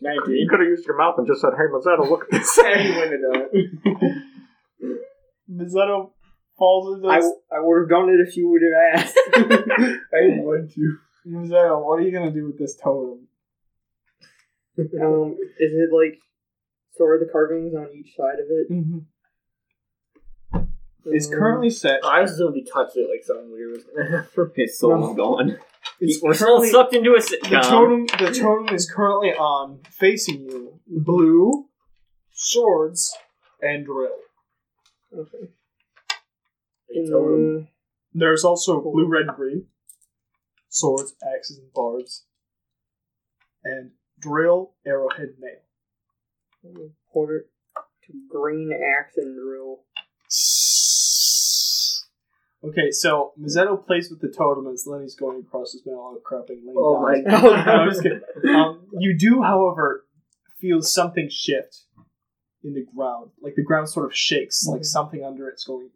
S4: 19.
S10: You could have used your mouth and just said, "Hey, Mazzetto, look at this."
S4: He wouldn't have done it.
S2: Mazzetto falls into.
S3: I, I would have done it if you would have asked.
S4: I didn't want to.
S2: Mazzetto, what are you gonna do with this totem?
S3: um, is it like store the carvings on each side of it?
S2: It's
S3: Um,
S2: currently set.
S4: I was assuming if he touched it, like something weird was gonna happen.
S10: His soul is gone.
S2: It's
S3: We're still
S2: currently-
S3: sucked into a
S2: The
S3: sitcom.
S2: totem, the totem is currently on, facing you. Blue, swords, and drill.
S3: Okay.
S4: He told him.
S2: There's also blue, red, and green. Swords, axes, and barbs. And drill, arrowhead, nail.
S3: Mm, Quarter to green axe and drill.
S2: Okay, so Mazzetto plays with the totem as Lenny's going across his mouth, crapping Lenny
S4: Oh
S2: dies.
S4: my
S2: No, I'm just kidding. Um, you do, however, feel something shift in the ground. Like the ground sort of shakes, like something under it's going.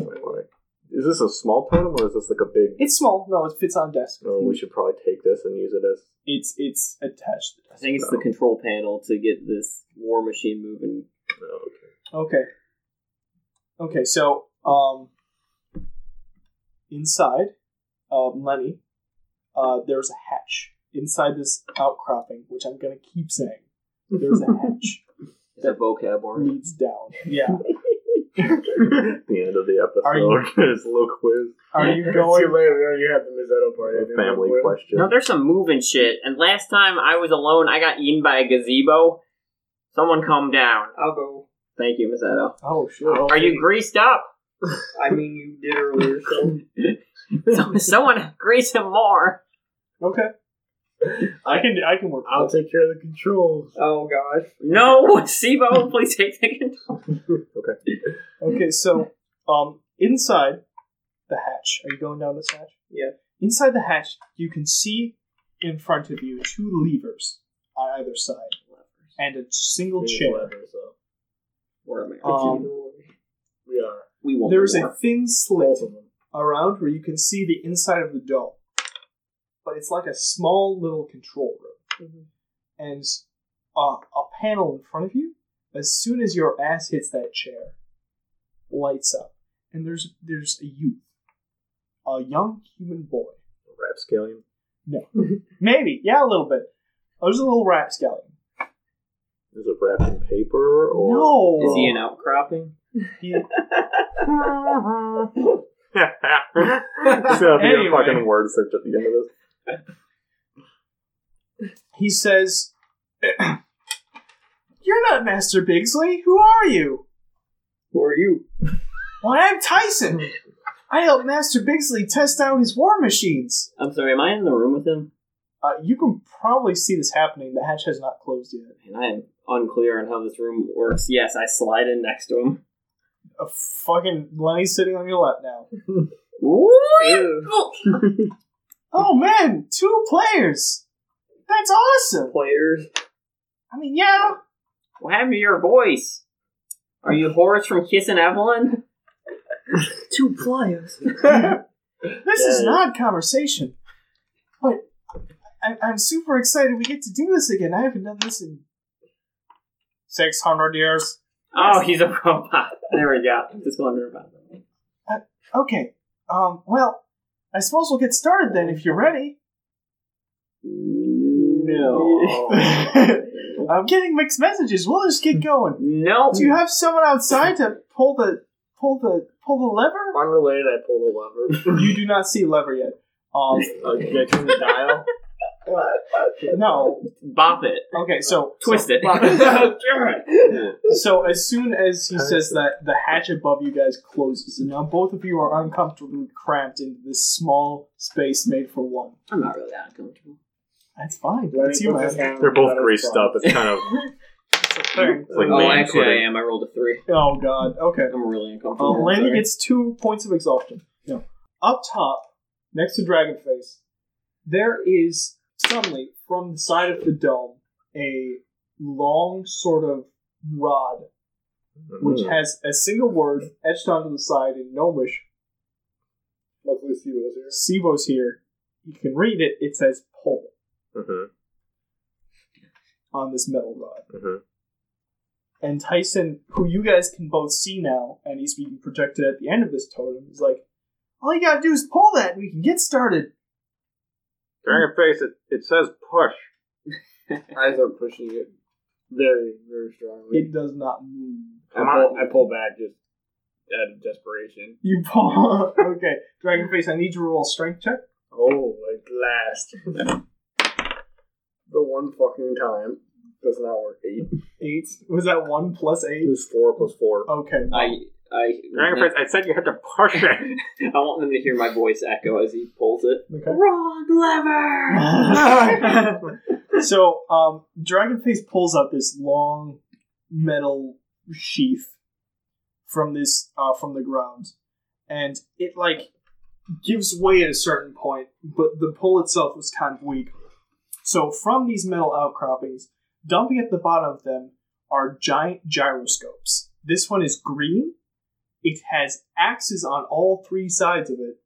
S10: Wait, wait. Is this a small totem or is this like a big?
S2: It's small. No, it fits on desk.
S10: Oh, we should probably take this and use it as.
S2: It's it's attached.
S3: I think it's the control panel to get this war machine moving.
S10: Oh, okay.
S2: Okay. Okay, so um, inside um, Lenny, uh, there's a hatch inside this outcropping, which I'm gonna keep saying. There's a hatch
S3: It's a vocab word.
S2: leads down. Yeah.
S10: the end of the episode.
S2: Are
S10: it's a little quiz,
S2: Are you
S4: See you
S2: going?
S4: later. We already had the Mazzetto party.
S10: a family question.
S3: Now there's some moving shit, and last time I was alone, I got eaten by a gazebo. Someone calm down.
S8: I'll go.
S3: Thank you, Miss Edo.
S2: Oh sure.
S3: Are you greased up?
S8: I mean, you did earlier, so
S3: So- Someone grease him more.
S2: Okay. I can I can work.
S4: I'll take care of the controls.
S8: oh gosh.
S3: No, Sibo, please take the control.
S2: Okay, so um, inside the hatch, are you going down this hatch?
S8: Yeah.
S2: Inside the hatch, you can see in front of you two levers on either side, and a single chair.
S4: So.
S3: Where am I?
S2: Um,
S4: We are.
S3: we won't.
S2: there's
S3: do
S2: a
S3: more.
S2: thin slit
S4: Both of them.
S2: around where you can see the inside of the dome, but it's like a small little control room,
S4: Mm-hmm.
S2: and uh, a panel in front of you. As soon as your ass hits that chair, lights up, and there's there's a youth, a young human boy.
S10: Rapscallion.
S2: Maybe, yeah, a little bit. Oh, there's a little rapscallion.
S10: Is it wrapped in paper or?
S2: No,
S3: Is he an outcropping?
S2: He-
S10: It's gonna be a
S2: Anyway.
S10: fucking word search at the end of this.
S2: he says, "You're not Master Bigsley. Who are you?"
S8: Who are you?
S2: Well, I'm Tyson. I helped Master Bigsley test out his war machines.
S3: I'm sorry, am I in the room with him?
S2: Uh, you can probably see this happening. The hatch has not closed yet.
S3: And I am unclear on how this room works. Yes, I slide in next to him.
S2: A fucking Lenny's sitting on your lap now. Oh man, two players. That's awesome.
S3: Players.
S2: I mean, yeah.
S3: What happened to your voice? Are you Horace from Kiss and Evelyn?
S8: Two pliers.
S2: This is an odd conversation, but I, I'm super excited we get to do this again. I haven't done this in six hundred years.
S3: Oh, he's a robot. There we go. Just wondering about that.
S2: Okay. Um. Well, I suppose we'll get started then if you're ready.
S3: No.
S2: I'm getting mixed messages. We'll just get going.
S3: no.
S2: Do you have someone outside to pull the pull the pull the lever?
S4: Unrelated, I pulled a lever.
S2: You do not see lever yet. Um, of
S8: Uh, did I turn the dial?
S2: no.
S3: Bop it.
S2: Okay, so
S3: Twist it.
S2: so as soon as he says that, the hatch above you guys closes, and now both of you are uncomfortably cramped into this small space made for one.
S3: I'm not really that uncomfortable.
S2: That's fine.
S4: Lenny
S2: That's you,
S4: puts his
S2: man.
S4: hand on
S10: They're
S4: the
S10: both
S4: side of
S10: greased
S4: his bra.
S10: up. It's kind of
S2: Thing.
S10: like
S3: oh,
S10: man
S3: actually,
S10: pudding.
S3: I am. I rolled a three.
S2: Oh god. Okay.
S3: I'm really
S2: Uh,
S3: uncomfortable.
S2: Landy
S3: Sorry.
S2: gets two points of exhaustion. No. Up top, next to Dragonface, there is suddenly from the side of the dome a long sort of rod Mm-hmm. which
S4: Mm.
S2: has a single word etched onto the side in Gnomish.
S4: Luckily, Steve was here.
S2: Sivo's here. You can read it. It says pole
S4: Mm-hmm.
S10: Mhm,
S2: on this metal rod.
S10: mhm.
S2: And Tyson, who you guys can both see now, and he's being projected at the end of this totem, is like, all you gotta do is pull that and we can get started.
S5: Dragon face, it, it says push.
S4: Eyes are pushing it very, very strongly.
S2: It does not move.
S4: I, pull, I pull back just out of desperation.
S2: You pull. okay, Dragonface, I need you to roll a strength check.
S4: Oh, like last. the one fucking time does not work. Eight.
S2: Eight. Was that one plus eight?
S4: It was four plus four.
S2: Okay.
S3: I, I,
S5: Oh, Dragon face, I said you had to push it.
S3: I want them to hear my voice echo as he pulls it.
S2: Okay.
S3: Wrong lever.
S2: so um, Dragonface pulls out this long metal sheath from this uh, from the ground, and it like gives way at a certain point, but the pull itself was kind of weak. So from these metal outcroppings, dumping at the bottom of them are giant gyroscopes. This one is green. It has axes on all three sides of it,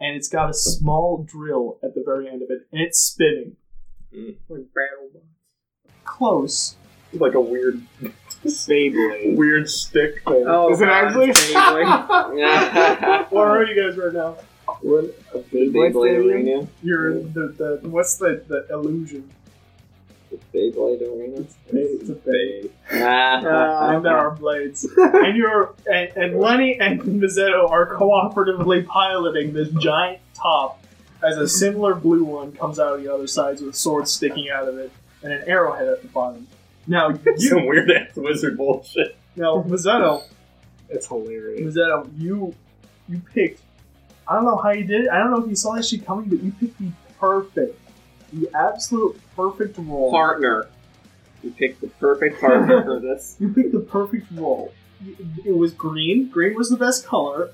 S2: and it's got a small drill at the very end of it, and it's spinning.
S8: Like battle box.
S2: Close.
S4: Like a weird,
S3: Beyblade.
S4: weird stick thing.
S8: Oh,
S4: is it
S8: God,
S4: actually?
S8: it's Beyblade.
S2: Where are you guys right now?
S4: What? A big
S3: Beyblade arena.
S2: You're in the, the what's the, the illusion?
S3: Beyblade arena.
S2: It's a bay.
S3: Ah.
S4: Uh,
S2: and there are blades. and you're and, and Lenny and Mazzetto are cooperatively piloting this giant top as a similar blue one comes out of the other sides with swords sticking out of it and an arrowhead at the bottom. Now you
S10: Some weird ass wizard bullshit.
S2: now Mazzetto
S4: It's hilarious.
S2: Mazzetto, you you picked I don't know how you did it, I don't know if you saw that shit coming, but you picked the perfect the absolute perfect roll.
S3: partner. You picked the perfect partner for this.
S2: You picked the perfect roll. It was green. Green was the best color.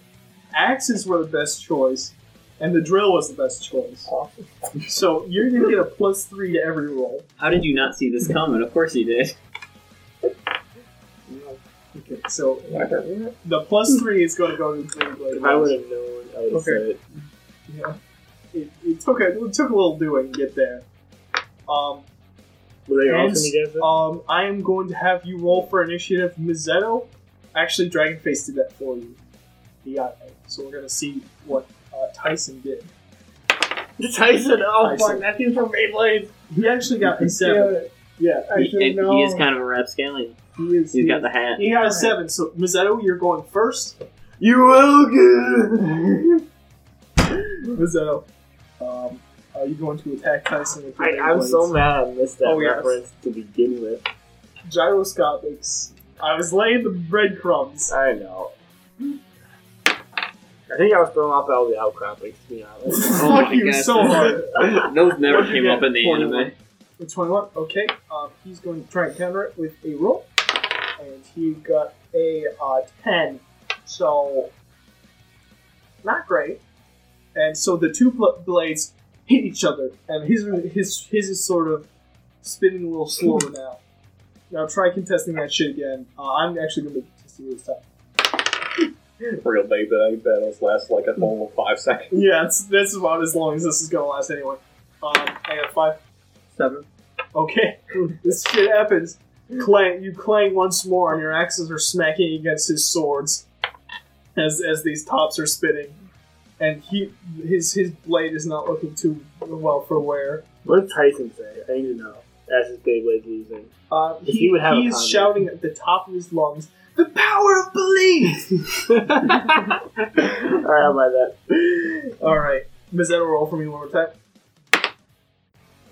S2: Axes were the best choice, and the drill was the best choice. So you're gonna get a plus three to every roll.
S3: How did you not see this coming? Of course you did.
S2: Okay, so the plus three is gonna go to green blade.
S4: If I would have known, I would have
S2: Okay.
S4: said it.
S2: Yeah. It, it took a it took a little doing to get there. Um,
S4: Were they all going
S2: And-
S4: to get that?
S2: um, I am going to have you roll for initiative, Mazzetto. Actually, Dragonface did that for you. He got it. So we're gonna see what uh, Tyson did.
S4: Tyson, oh
S2: Tyson.
S4: fuck, that dude's from Beyblade.
S2: He actually got a seven.
S4: Yeah, I
S3: He,
S4: should have
S3: and he is
S4: known.
S3: kind of a rapscallion.
S2: He is.
S3: He's
S2: he
S3: got
S2: is-
S3: the hat.
S2: He got a seven. So Mazzetto, you're going first.
S4: You will get.
S2: Mazzetto, um, are you going to attack Tyson with your
S4: I, I'm
S2: blades?
S4: so mad I missed that
S2: Oh, yes.
S4: reference to begin with.
S2: gyroscopics. I was laying the breadcrumbs.
S4: I know. I think I was thrown off by all the outcroppings, to be honest.
S3: Oh my
S2: Fuck you
S3: God.
S2: so hard.
S3: Those never
S2: What'd you
S3: came
S2: get?
S3: up in the
S2: 21.
S3: anime.
S2: With 21. Okay. Um, he's going to try and counter it with a roll, and he got a uh, 10. So not great. And so the two bl- blades hit each other, and his his his is sort of spinning a little slower now. Now try contesting that shit again. Uh, I'm actually going to be contesting this time.
S10: Real big that battles last like a normal five seconds.
S2: Yeah, it's, that's about as long as this is going to last anyway. Um, I got five.
S8: Seven.
S2: Okay, this shit happens. Clang, you clang once more, and your axes are smacking against his swords as as these tops are spinning. And he his his blade is not looking too well for wear.
S4: What did Tyson say? I need to know. That's his Beyblade losing.
S2: Uh,
S4: If
S2: he
S4: he would have
S2: he
S4: a
S2: is
S4: comment.
S2: shouting at the top of his lungs, "The power of belief!"
S4: Alright, how about that?
S2: All right. Is that a roll for me one more time?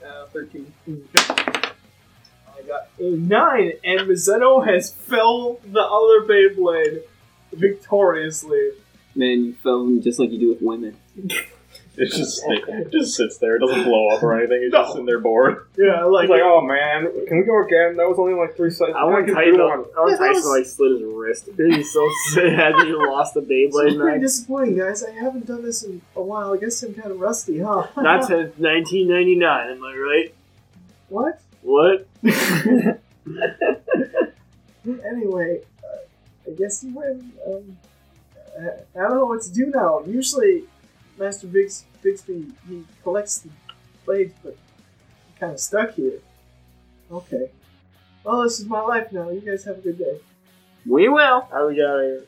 S2: Uh, 13. I got a 9, and Mazzetto has felled the other Beyblade victoriously.
S8: Man, you fell them just like you do with women.
S10: It just it just sits there. It doesn't blow up or anything. It's just in there bored.
S2: Yeah,
S10: It's
S2: like,
S10: like, oh man, can we go again? That was only like three seconds.
S8: I want
S10: can
S8: Titan.
S10: do
S8: I
S10: one.
S8: want
S2: Yeah, that
S8: Titan to like slit his wrist. Dude, he's so sad that he lost the
S2: it's
S8: Beyblade
S2: pretty
S8: match.
S2: disappointing, guys. I haven't done this in a while. I guess I'm kind of rusty, huh?
S8: Not since 1999. Am I right?
S2: What?
S8: What?
S2: Anyway, uh, I guess you win. Um, I, I don't know what to do now. Usually, Master Bigs, Bigsby he collects the blades, but I'm kind of stuck here. Okay. Well, this is my life now. You guys have a good day.
S8: We will.
S4: How do we get out of here?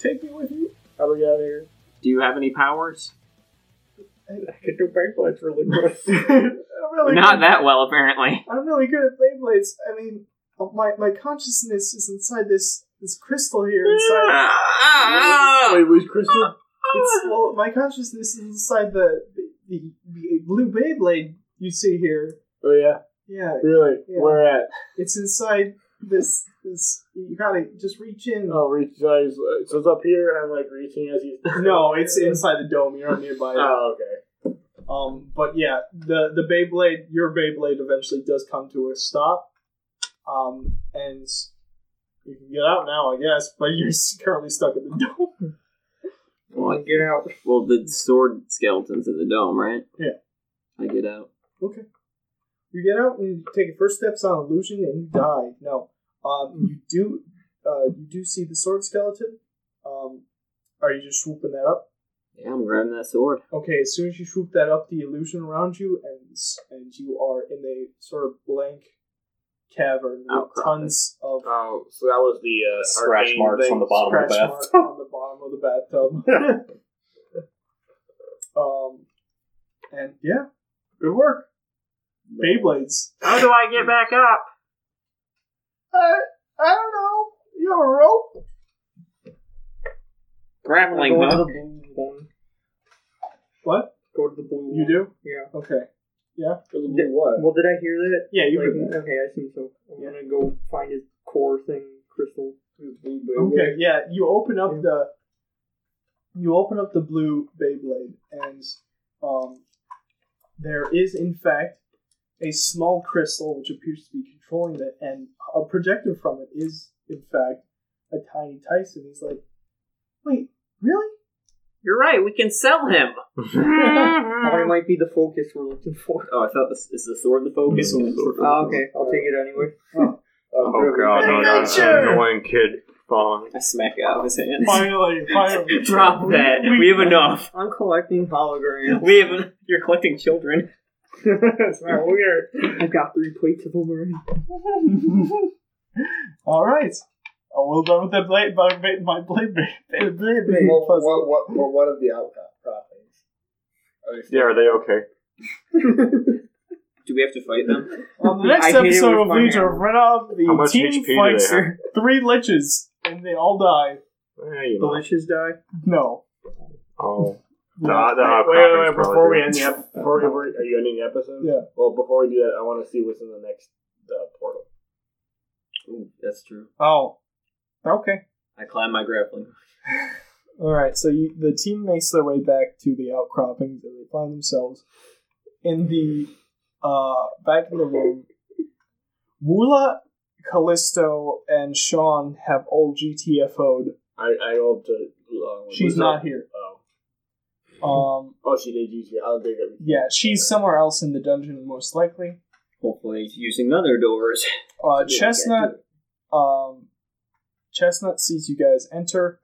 S2: Take me with you.
S4: How do we get out of here?
S8: Do you have any powers?
S10: I can do backflips really quick.
S2: I'm really
S3: Not
S2: good.
S3: that well, apparently.
S2: I'm really good at Beyblades. I mean, my my consciousness is inside this this crystal here inside.
S4: Wait, was Crystal?
S2: It's well, my consciousness is inside the the, the, the blue Beyblade you see here.
S4: Oh yeah,
S2: Yeah,
S4: really?
S2: Yeah.
S4: Where at?
S2: it's inside this this. You gotta just reach in.
S4: Oh, reach. So I was- so it's up here, and I'm like reaching as he's.
S2: No, it's inside the dome. You're nearby.
S4: Oh, okay.
S2: Um, but yeah, the the Beyblade, your Beyblade, eventually does come to a stop. Um, and you can get out now, I guess, but you're s- currently stuck at the dome.
S8: Well, get
S2: out.
S8: Well, the sword skeleton's in the dome, right?
S2: Yeah.
S8: I get out.
S2: You get out and you take your first steps on illusion, and you die. No, um, you do, uh, you do see the sword skeleton. Um, are you just swooping that up?
S8: Yeah, I'm grabbing that sword.
S2: Okay, as soon as you swoop that up, the illusion around you ends, and you are in a sort of blank cavern with
S8: Outcropping.
S2: tons of
S4: Oh, so that was the uh,
S10: Scratch
S4: arcane
S10: marks
S4: thing.
S10: on the bottom of the
S2: scratch
S10: bath.
S2: mark on the bottom of the bathtub. um, and yeah, good work, Beyblades.
S3: How do I get back up?
S2: Uh, I don't know. You have a rope?
S3: Grappling hook.
S2: What?
S8: Go to the blue.
S2: You do?
S8: Yeah.
S2: Okay.
S8: Yeah, Well, did I hear that?
S2: Yeah, you
S8: Like,
S2: can.
S8: okay, I see. So I'm gonna go find his core thing, crystal.
S2: Okay, yeah, you open up the you open up the blue Beyblade, and um, there is in fact a small crystal which appears to be controlling it, and a projector from it is in fact a tiny Tyson. He's like, "Wait, really?
S3: You're right, we can sell him.
S8: Probably might be the focus we're looking for.
S3: Oh, I thought this is the sword the focus.
S8: Oh, okay, I'll take it anyway.
S5: Oh god, no, that's an
S2: Adventure!
S5: annoying kid falling.
S3: I smack it out of his hands.
S2: Finally, finally!"
S3: Drop that. We have enough.
S8: I'm collecting holograms.
S3: We have. You're collecting children.
S8: That's not weird. I've got three plates of them already.
S2: All right. Oh, well done with that blade, my, my blade, blade, blade, blade
S4: Well,
S2: puzzle.
S4: what, what, well, what of the outcroppings? Are they still-
S5: Yeah, are they okay?
S3: Do we have to fight them?
S2: On the next
S8: I hate it
S2: episode
S8: with
S2: of
S8: my
S2: Legion
S8: hammer.
S2: of Renob,
S5: How
S2: the
S5: much
S2: team
S5: HP do they
S2: fights
S5: have?
S2: three liches, and they all die.
S5: Eh, you
S8: The
S5: know.
S8: liches die.
S2: No.
S5: Oh. Nah, nah,
S4: wait, wait, wait!
S5: outcroppings
S4: Before we
S5: probably
S4: end the
S5: do.
S4: ep- before we, are you ending the episode?
S2: Yeah.
S4: Well, before we do that, I want to see what's in the next uh, portal.
S3: Ooh, that's true.
S2: Oh. Okay.
S3: I climb my grappling.
S2: All right. So you, the team makes their way back to the outcroppings, and they find themselves in the uh, back in the room. Woola, Callisto, and Sean have old GTFO'd.
S4: I I go up to. Uh,
S2: She's
S4: was
S2: not
S4: that-
S2: here.
S4: Oh,
S2: Um.
S4: oh, she did use it. I'll dig it.
S2: Yeah, she's somewhere else in the dungeon, most likely.
S3: Hopefully, he's using other doors.
S2: Uh, Chestnut, um, Chestnut sees you guys enter.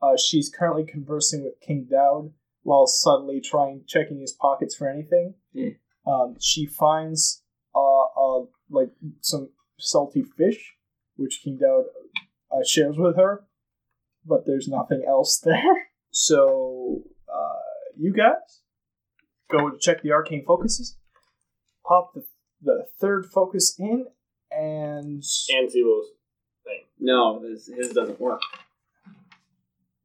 S2: Uh, she's currently conversing with King Dowd while subtly trying checking his pockets for anything.
S3: Hmm.
S2: Um, she finds uh, uh, like some salty fish, which King Dowd uh, shares with her, but there's nothing else there. So uh, you guys go to check the arcane focuses, pop the, the third focus in, and
S4: And see those.
S3: No, his, his doesn't work.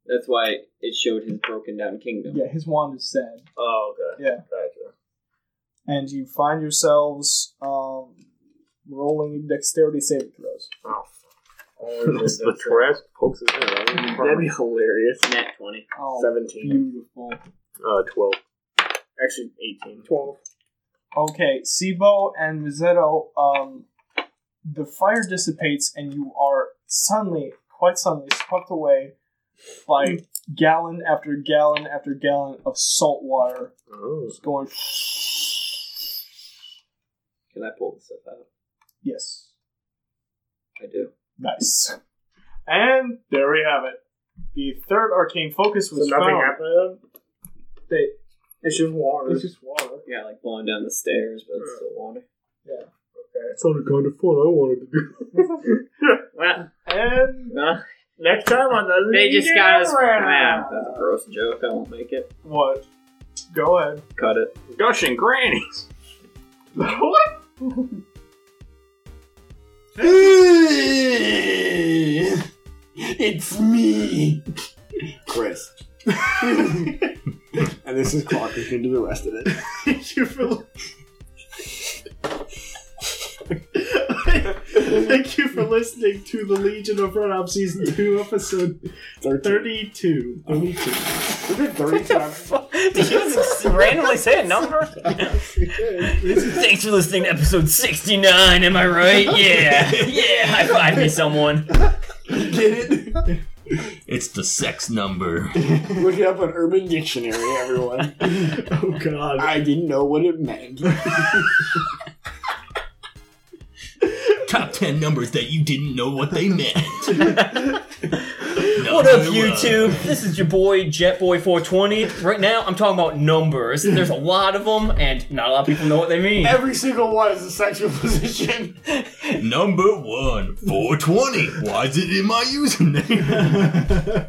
S3: That's why it showed his broken down kingdom.
S2: Yeah, his wand is sad.
S1: Oh, okay.
S2: Yeah.
S1: Gotcha.
S2: And you find yourselves um, rolling dexterity saving throws.
S4: Oh,
S10: the trash pokes his head out.
S1: That'd be hilarious.
S3: Nat 20.
S2: Oh,
S1: 17.
S2: beautiful.
S10: Uh, 12.
S1: Actually, 18.
S8: 12.
S2: Okay, Sibo and Mazzetto, um, the fire dissipates and you are suddenly, quite suddenly, swept away by gallon after gallon after gallon of salt water.
S10: Oh.
S2: It's going,
S3: Can I pull this stuff out?
S2: yes,
S3: I do.
S2: nice. And there we have it. The third arcane focus was
S1: nothing
S2: found.
S1: happened to them?
S2: They,
S8: It's just water.
S2: it's just water.
S3: Yeah, like blowing down the stairs, but
S8: Hmm.
S3: it's still water.
S10: That sounded kind of fun. I wanted to do
S3: Well,
S2: And
S3: huh?
S1: Next time on the
S3: they just got us.
S1: Leader
S3: Man,
S1: Round.
S3: that's a gross joke. I won't make it.
S2: what? Go ahead.
S3: Cut it.
S5: Gushing grannies.
S4: it's me, Chris. and this is Clark. You can do the rest of it.
S1: you for Thank you for listening to the Legion of Runoff season two, episode
S4: 13.
S1: thirty-two.
S4: We've been 30 times.
S3: Did you just randomly say a number? Thanks for listening to episode 69, am I right? Yeah. Yeah, high five me, someone.
S4: Get it?
S13: It's the sex number.
S4: Look it up on Urban Dictionary, everyone.
S1: Oh God!
S4: I didn't know what it meant.
S13: Top 10 numbers that you didn't know what they meant.
S3: What up, YouTube? This is your boy, JetBoy420. Right now, I'm talking about numbers. There's a lot of them, and not a lot of people know what they mean.
S4: Every single one is a sexual position.
S13: Number one, 420. Why is it in my username?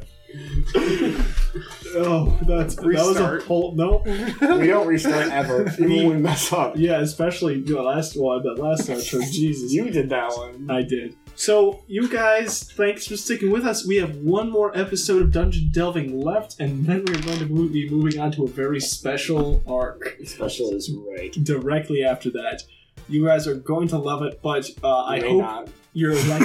S1: Oh, that's that was a whole no.
S4: We don't restart ever, even when we mess up.
S1: Yeah, especially the last one, that last outro. Jesus,
S4: You did that one.
S1: I did. So, you guys, thanks for sticking with us. We have one more episode of Dungeon Delving left, and then we're going to mo- be moving on to a very special arc
S4: Special is right.
S1: directly after that. You guys are going to love it, but uh, I
S4: May
S1: hope
S4: not.
S1: you're like.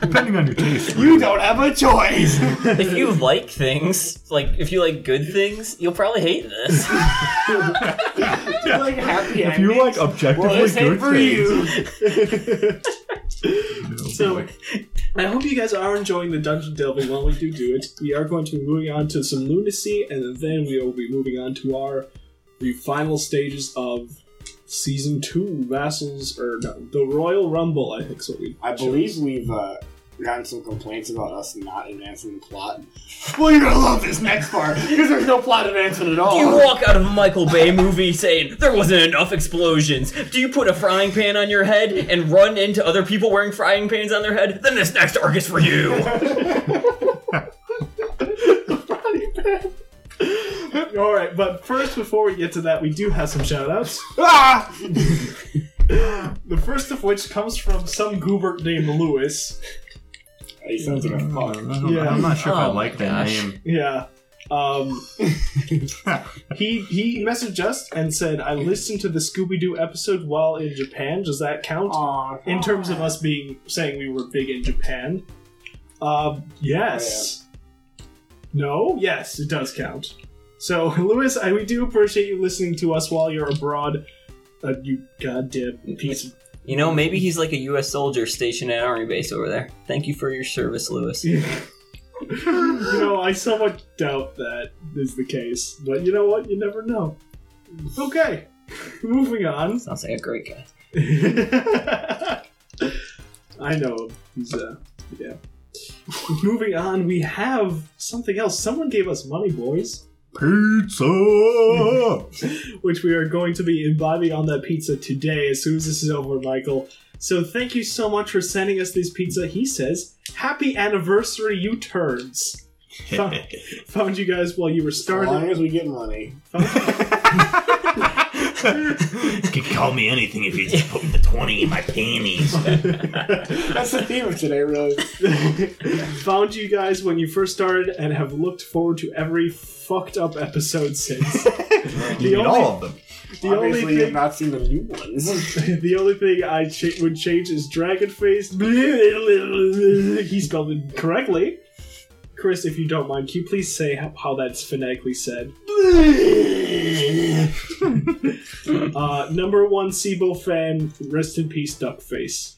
S13: Depending on your taste.
S4: You don't have a choice.
S3: If you like things, like if you like good things, you'll probably hate this.
S4: like happy
S13: If you like objectively
S4: well, this ain't for
S13: good
S4: you.
S13: things.
S1: So, I hope you guys are enjoying the dungeon delving while we do do it. We are going to be moving on to some lunacy, and then we will be moving on to our the final stages of season two, vassals or no, the Royal Rumble. I think is what we.
S4: I believe we've uh, gotten some complaints about us not advancing the plot. Well, you're gonna love this next part because there's no plot advancement at
S3: Do you
S4: all.
S3: walk out of a Michael Bay movie saying there wasn't enough explosions? Do you put a frying pan on your head and run into other people wearing frying pans on their head? Then this next arc is for you.
S1: All right, but first, before we get to that, we do have some shoutouts.
S4: Ah!
S1: The first of which comes from some goober named Lewis.
S4: He sounds like a fuck.
S1: Yeah.
S13: I'm not sure if I
S3: Oh my
S13: like that
S3: gosh.
S13: name.
S1: Yeah. Um, he he messaged us and said, "I listened to the Scooby Doo episode while in Japan. Does that count in terms of us being saying we were big in Japan?" Um, yes. No. Yes, it does count. So, Lewis, I, we do appreciate you listening to us while you're abroad. Uh, you goddamn piece of
S3: You know, maybe he's like a U.S. soldier stationed at an army base over there. Thank you for your service, Lewis.
S1: you know, I somewhat doubt that is the case, but you know what? You never know. Okay, moving on.
S3: Sounds like a great guy.
S1: I know him. He's uh, yeah. Moving on, we have something else. Someone gave us money, boys,
S13: Pizza!
S1: which we are going to be imbibing on that pizza today as soon as this is over, Michael. So thank you so much for sending us this pizza. He says, "Happy anniversary, you turds." Found, found you guys while you were
S4: As long
S1: starting.
S4: as we get money.
S13: You can call me anything if you just put the 20 in my panties.
S1: That's the theme of today, really. Found you guys when you first started and have looked forward to every fucked up episode since.
S13: You
S1: The
S13: mean
S1: only-
S13: all of them.
S1: The only
S4: Obviously, you've
S1: thing,
S4: not seen the new ones.
S1: the only thing I cha- would change is dragon faced. he spelled it correctly. Chris, if you don't mind, can you please say how, how that's phonetically said? uh, number one Sibo fan, rest in peace, Duckface.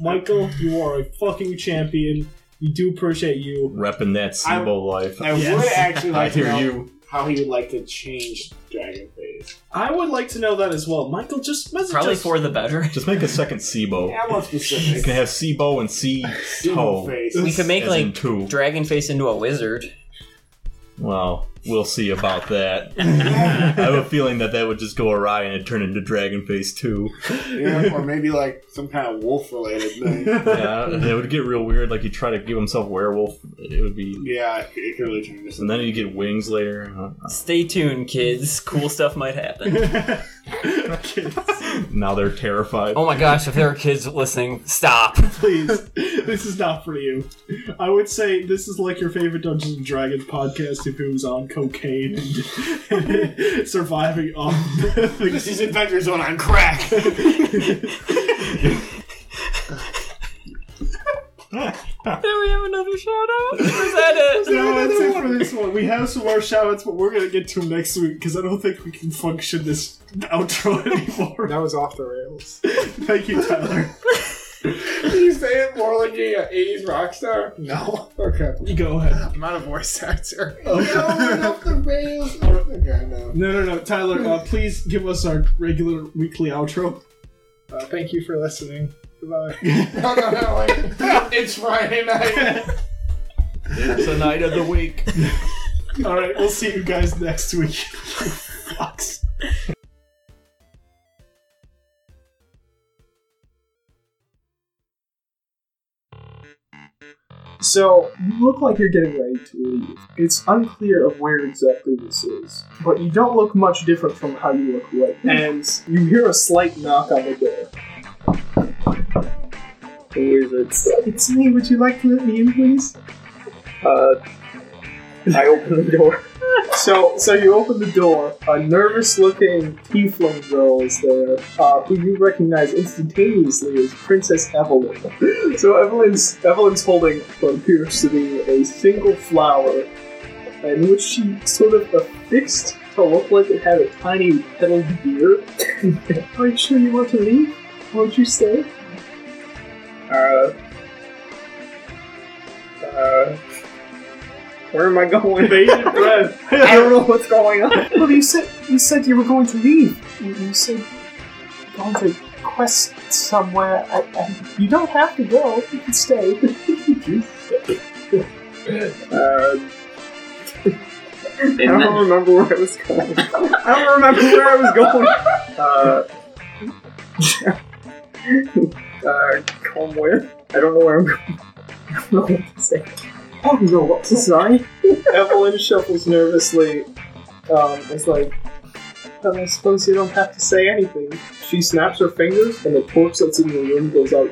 S1: Michael, you are a fucking champion. We do appreciate you.
S13: Repping that SIBO life.
S4: I would
S1: Yes.
S4: actually
S13: I
S4: like to
S13: hear
S4: know
S13: you.
S4: how he would like to change Dragon Phase.
S1: I would like to know that as well. Michael, just message
S3: Probably
S1: us.
S3: for the better.
S13: Just make a second SIBO.
S4: I want
S13: You can
S4: specific.
S13: have SIBO and C
S4: Evil
S13: toe.
S4: Phase.
S3: We could make
S13: As in
S3: like
S13: two.
S3: dragon face into a wizard.
S13: Well, we'll see about that. I have a feeling that that would just go awry and it'd turn into Dragon Face 2.
S4: Yeah, or maybe like some kind of wolf related thing.
S13: Yeah, and it would get real weird. Like, you try to give himself werewolf, it would be.
S4: Yeah, it could really turn into
S13: And
S4: something.
S13: then you get wings later. Uh,
S3: Stay tuned, kids. Cool stuff might happen.
S13: Now they're terrified.
S3: Oh my gosh, if there are kids listening, stop.
S1: please. this is not for you. I would say this is like your favorite Dungeons and Dragons podcast if it was on cocaine and, surviving off
S4: This is Adventure Zone on crack.
S3: Do we have another shout out? Or is that it?
S1: No, that's it for this one. We have some more shoutouts, but we're gonna get to them next week because I don't think we can function this outro anymore.
S2: That was off the rails.
S1: Thank you, Tyler.
S4: you say it more like a 80s rock star?
S2: No,
S4: Okay.
S1: You go ahead.
S2: I'm not a voice actor.
S4: the rails. Okay, no.
S1: No, no, no, Tyler. Uh, please give us our regular weekly outro.
S2: Uh, thank you for listening. Goodbye.
S4: No, no, no, wait. It's Friday night.
S13: It's the night of the week.
S1: All right, we'll see you guys next week. You fucks.
S2: So, you look like you're getting ready to leave. It's unclear of where exactly this is, but you don't look much different from how you look right now. And you hear a slight knock on the door.
S14: Who is it?
S2: It's me, would you like to let me in, please?
S14: Uh, I open the door.
S2: So, so you open the door. A nervous-looking tiefling girl is there, uh, who you recognize instantaneously as Princess Evelyn. So Evelyn's Evelyn's holding what appears to be a single flower, and which she sort of affixed to look like it had a tiny petaled beard. Are you sure you want to leave? Won't you stay?
S14: Uh, uh, where am I going? I don't know what's going on.
S2: Well, you said you said you were going to leave. You, you said you're going to quest somewhere. I, I, you don't have to go. You can stay.
S14: Um, Uh, I don't remember where I was going. I don't remember where I was going. Uh, uh, come where? I don't know where I'm going. I don't know what to say. I don't know what to say.
S2: Evelyn shuffles nervously. Um, it's like, well, I suppose you don't have to say anything. She snaps her fingers, and the torch that's in the room goes out.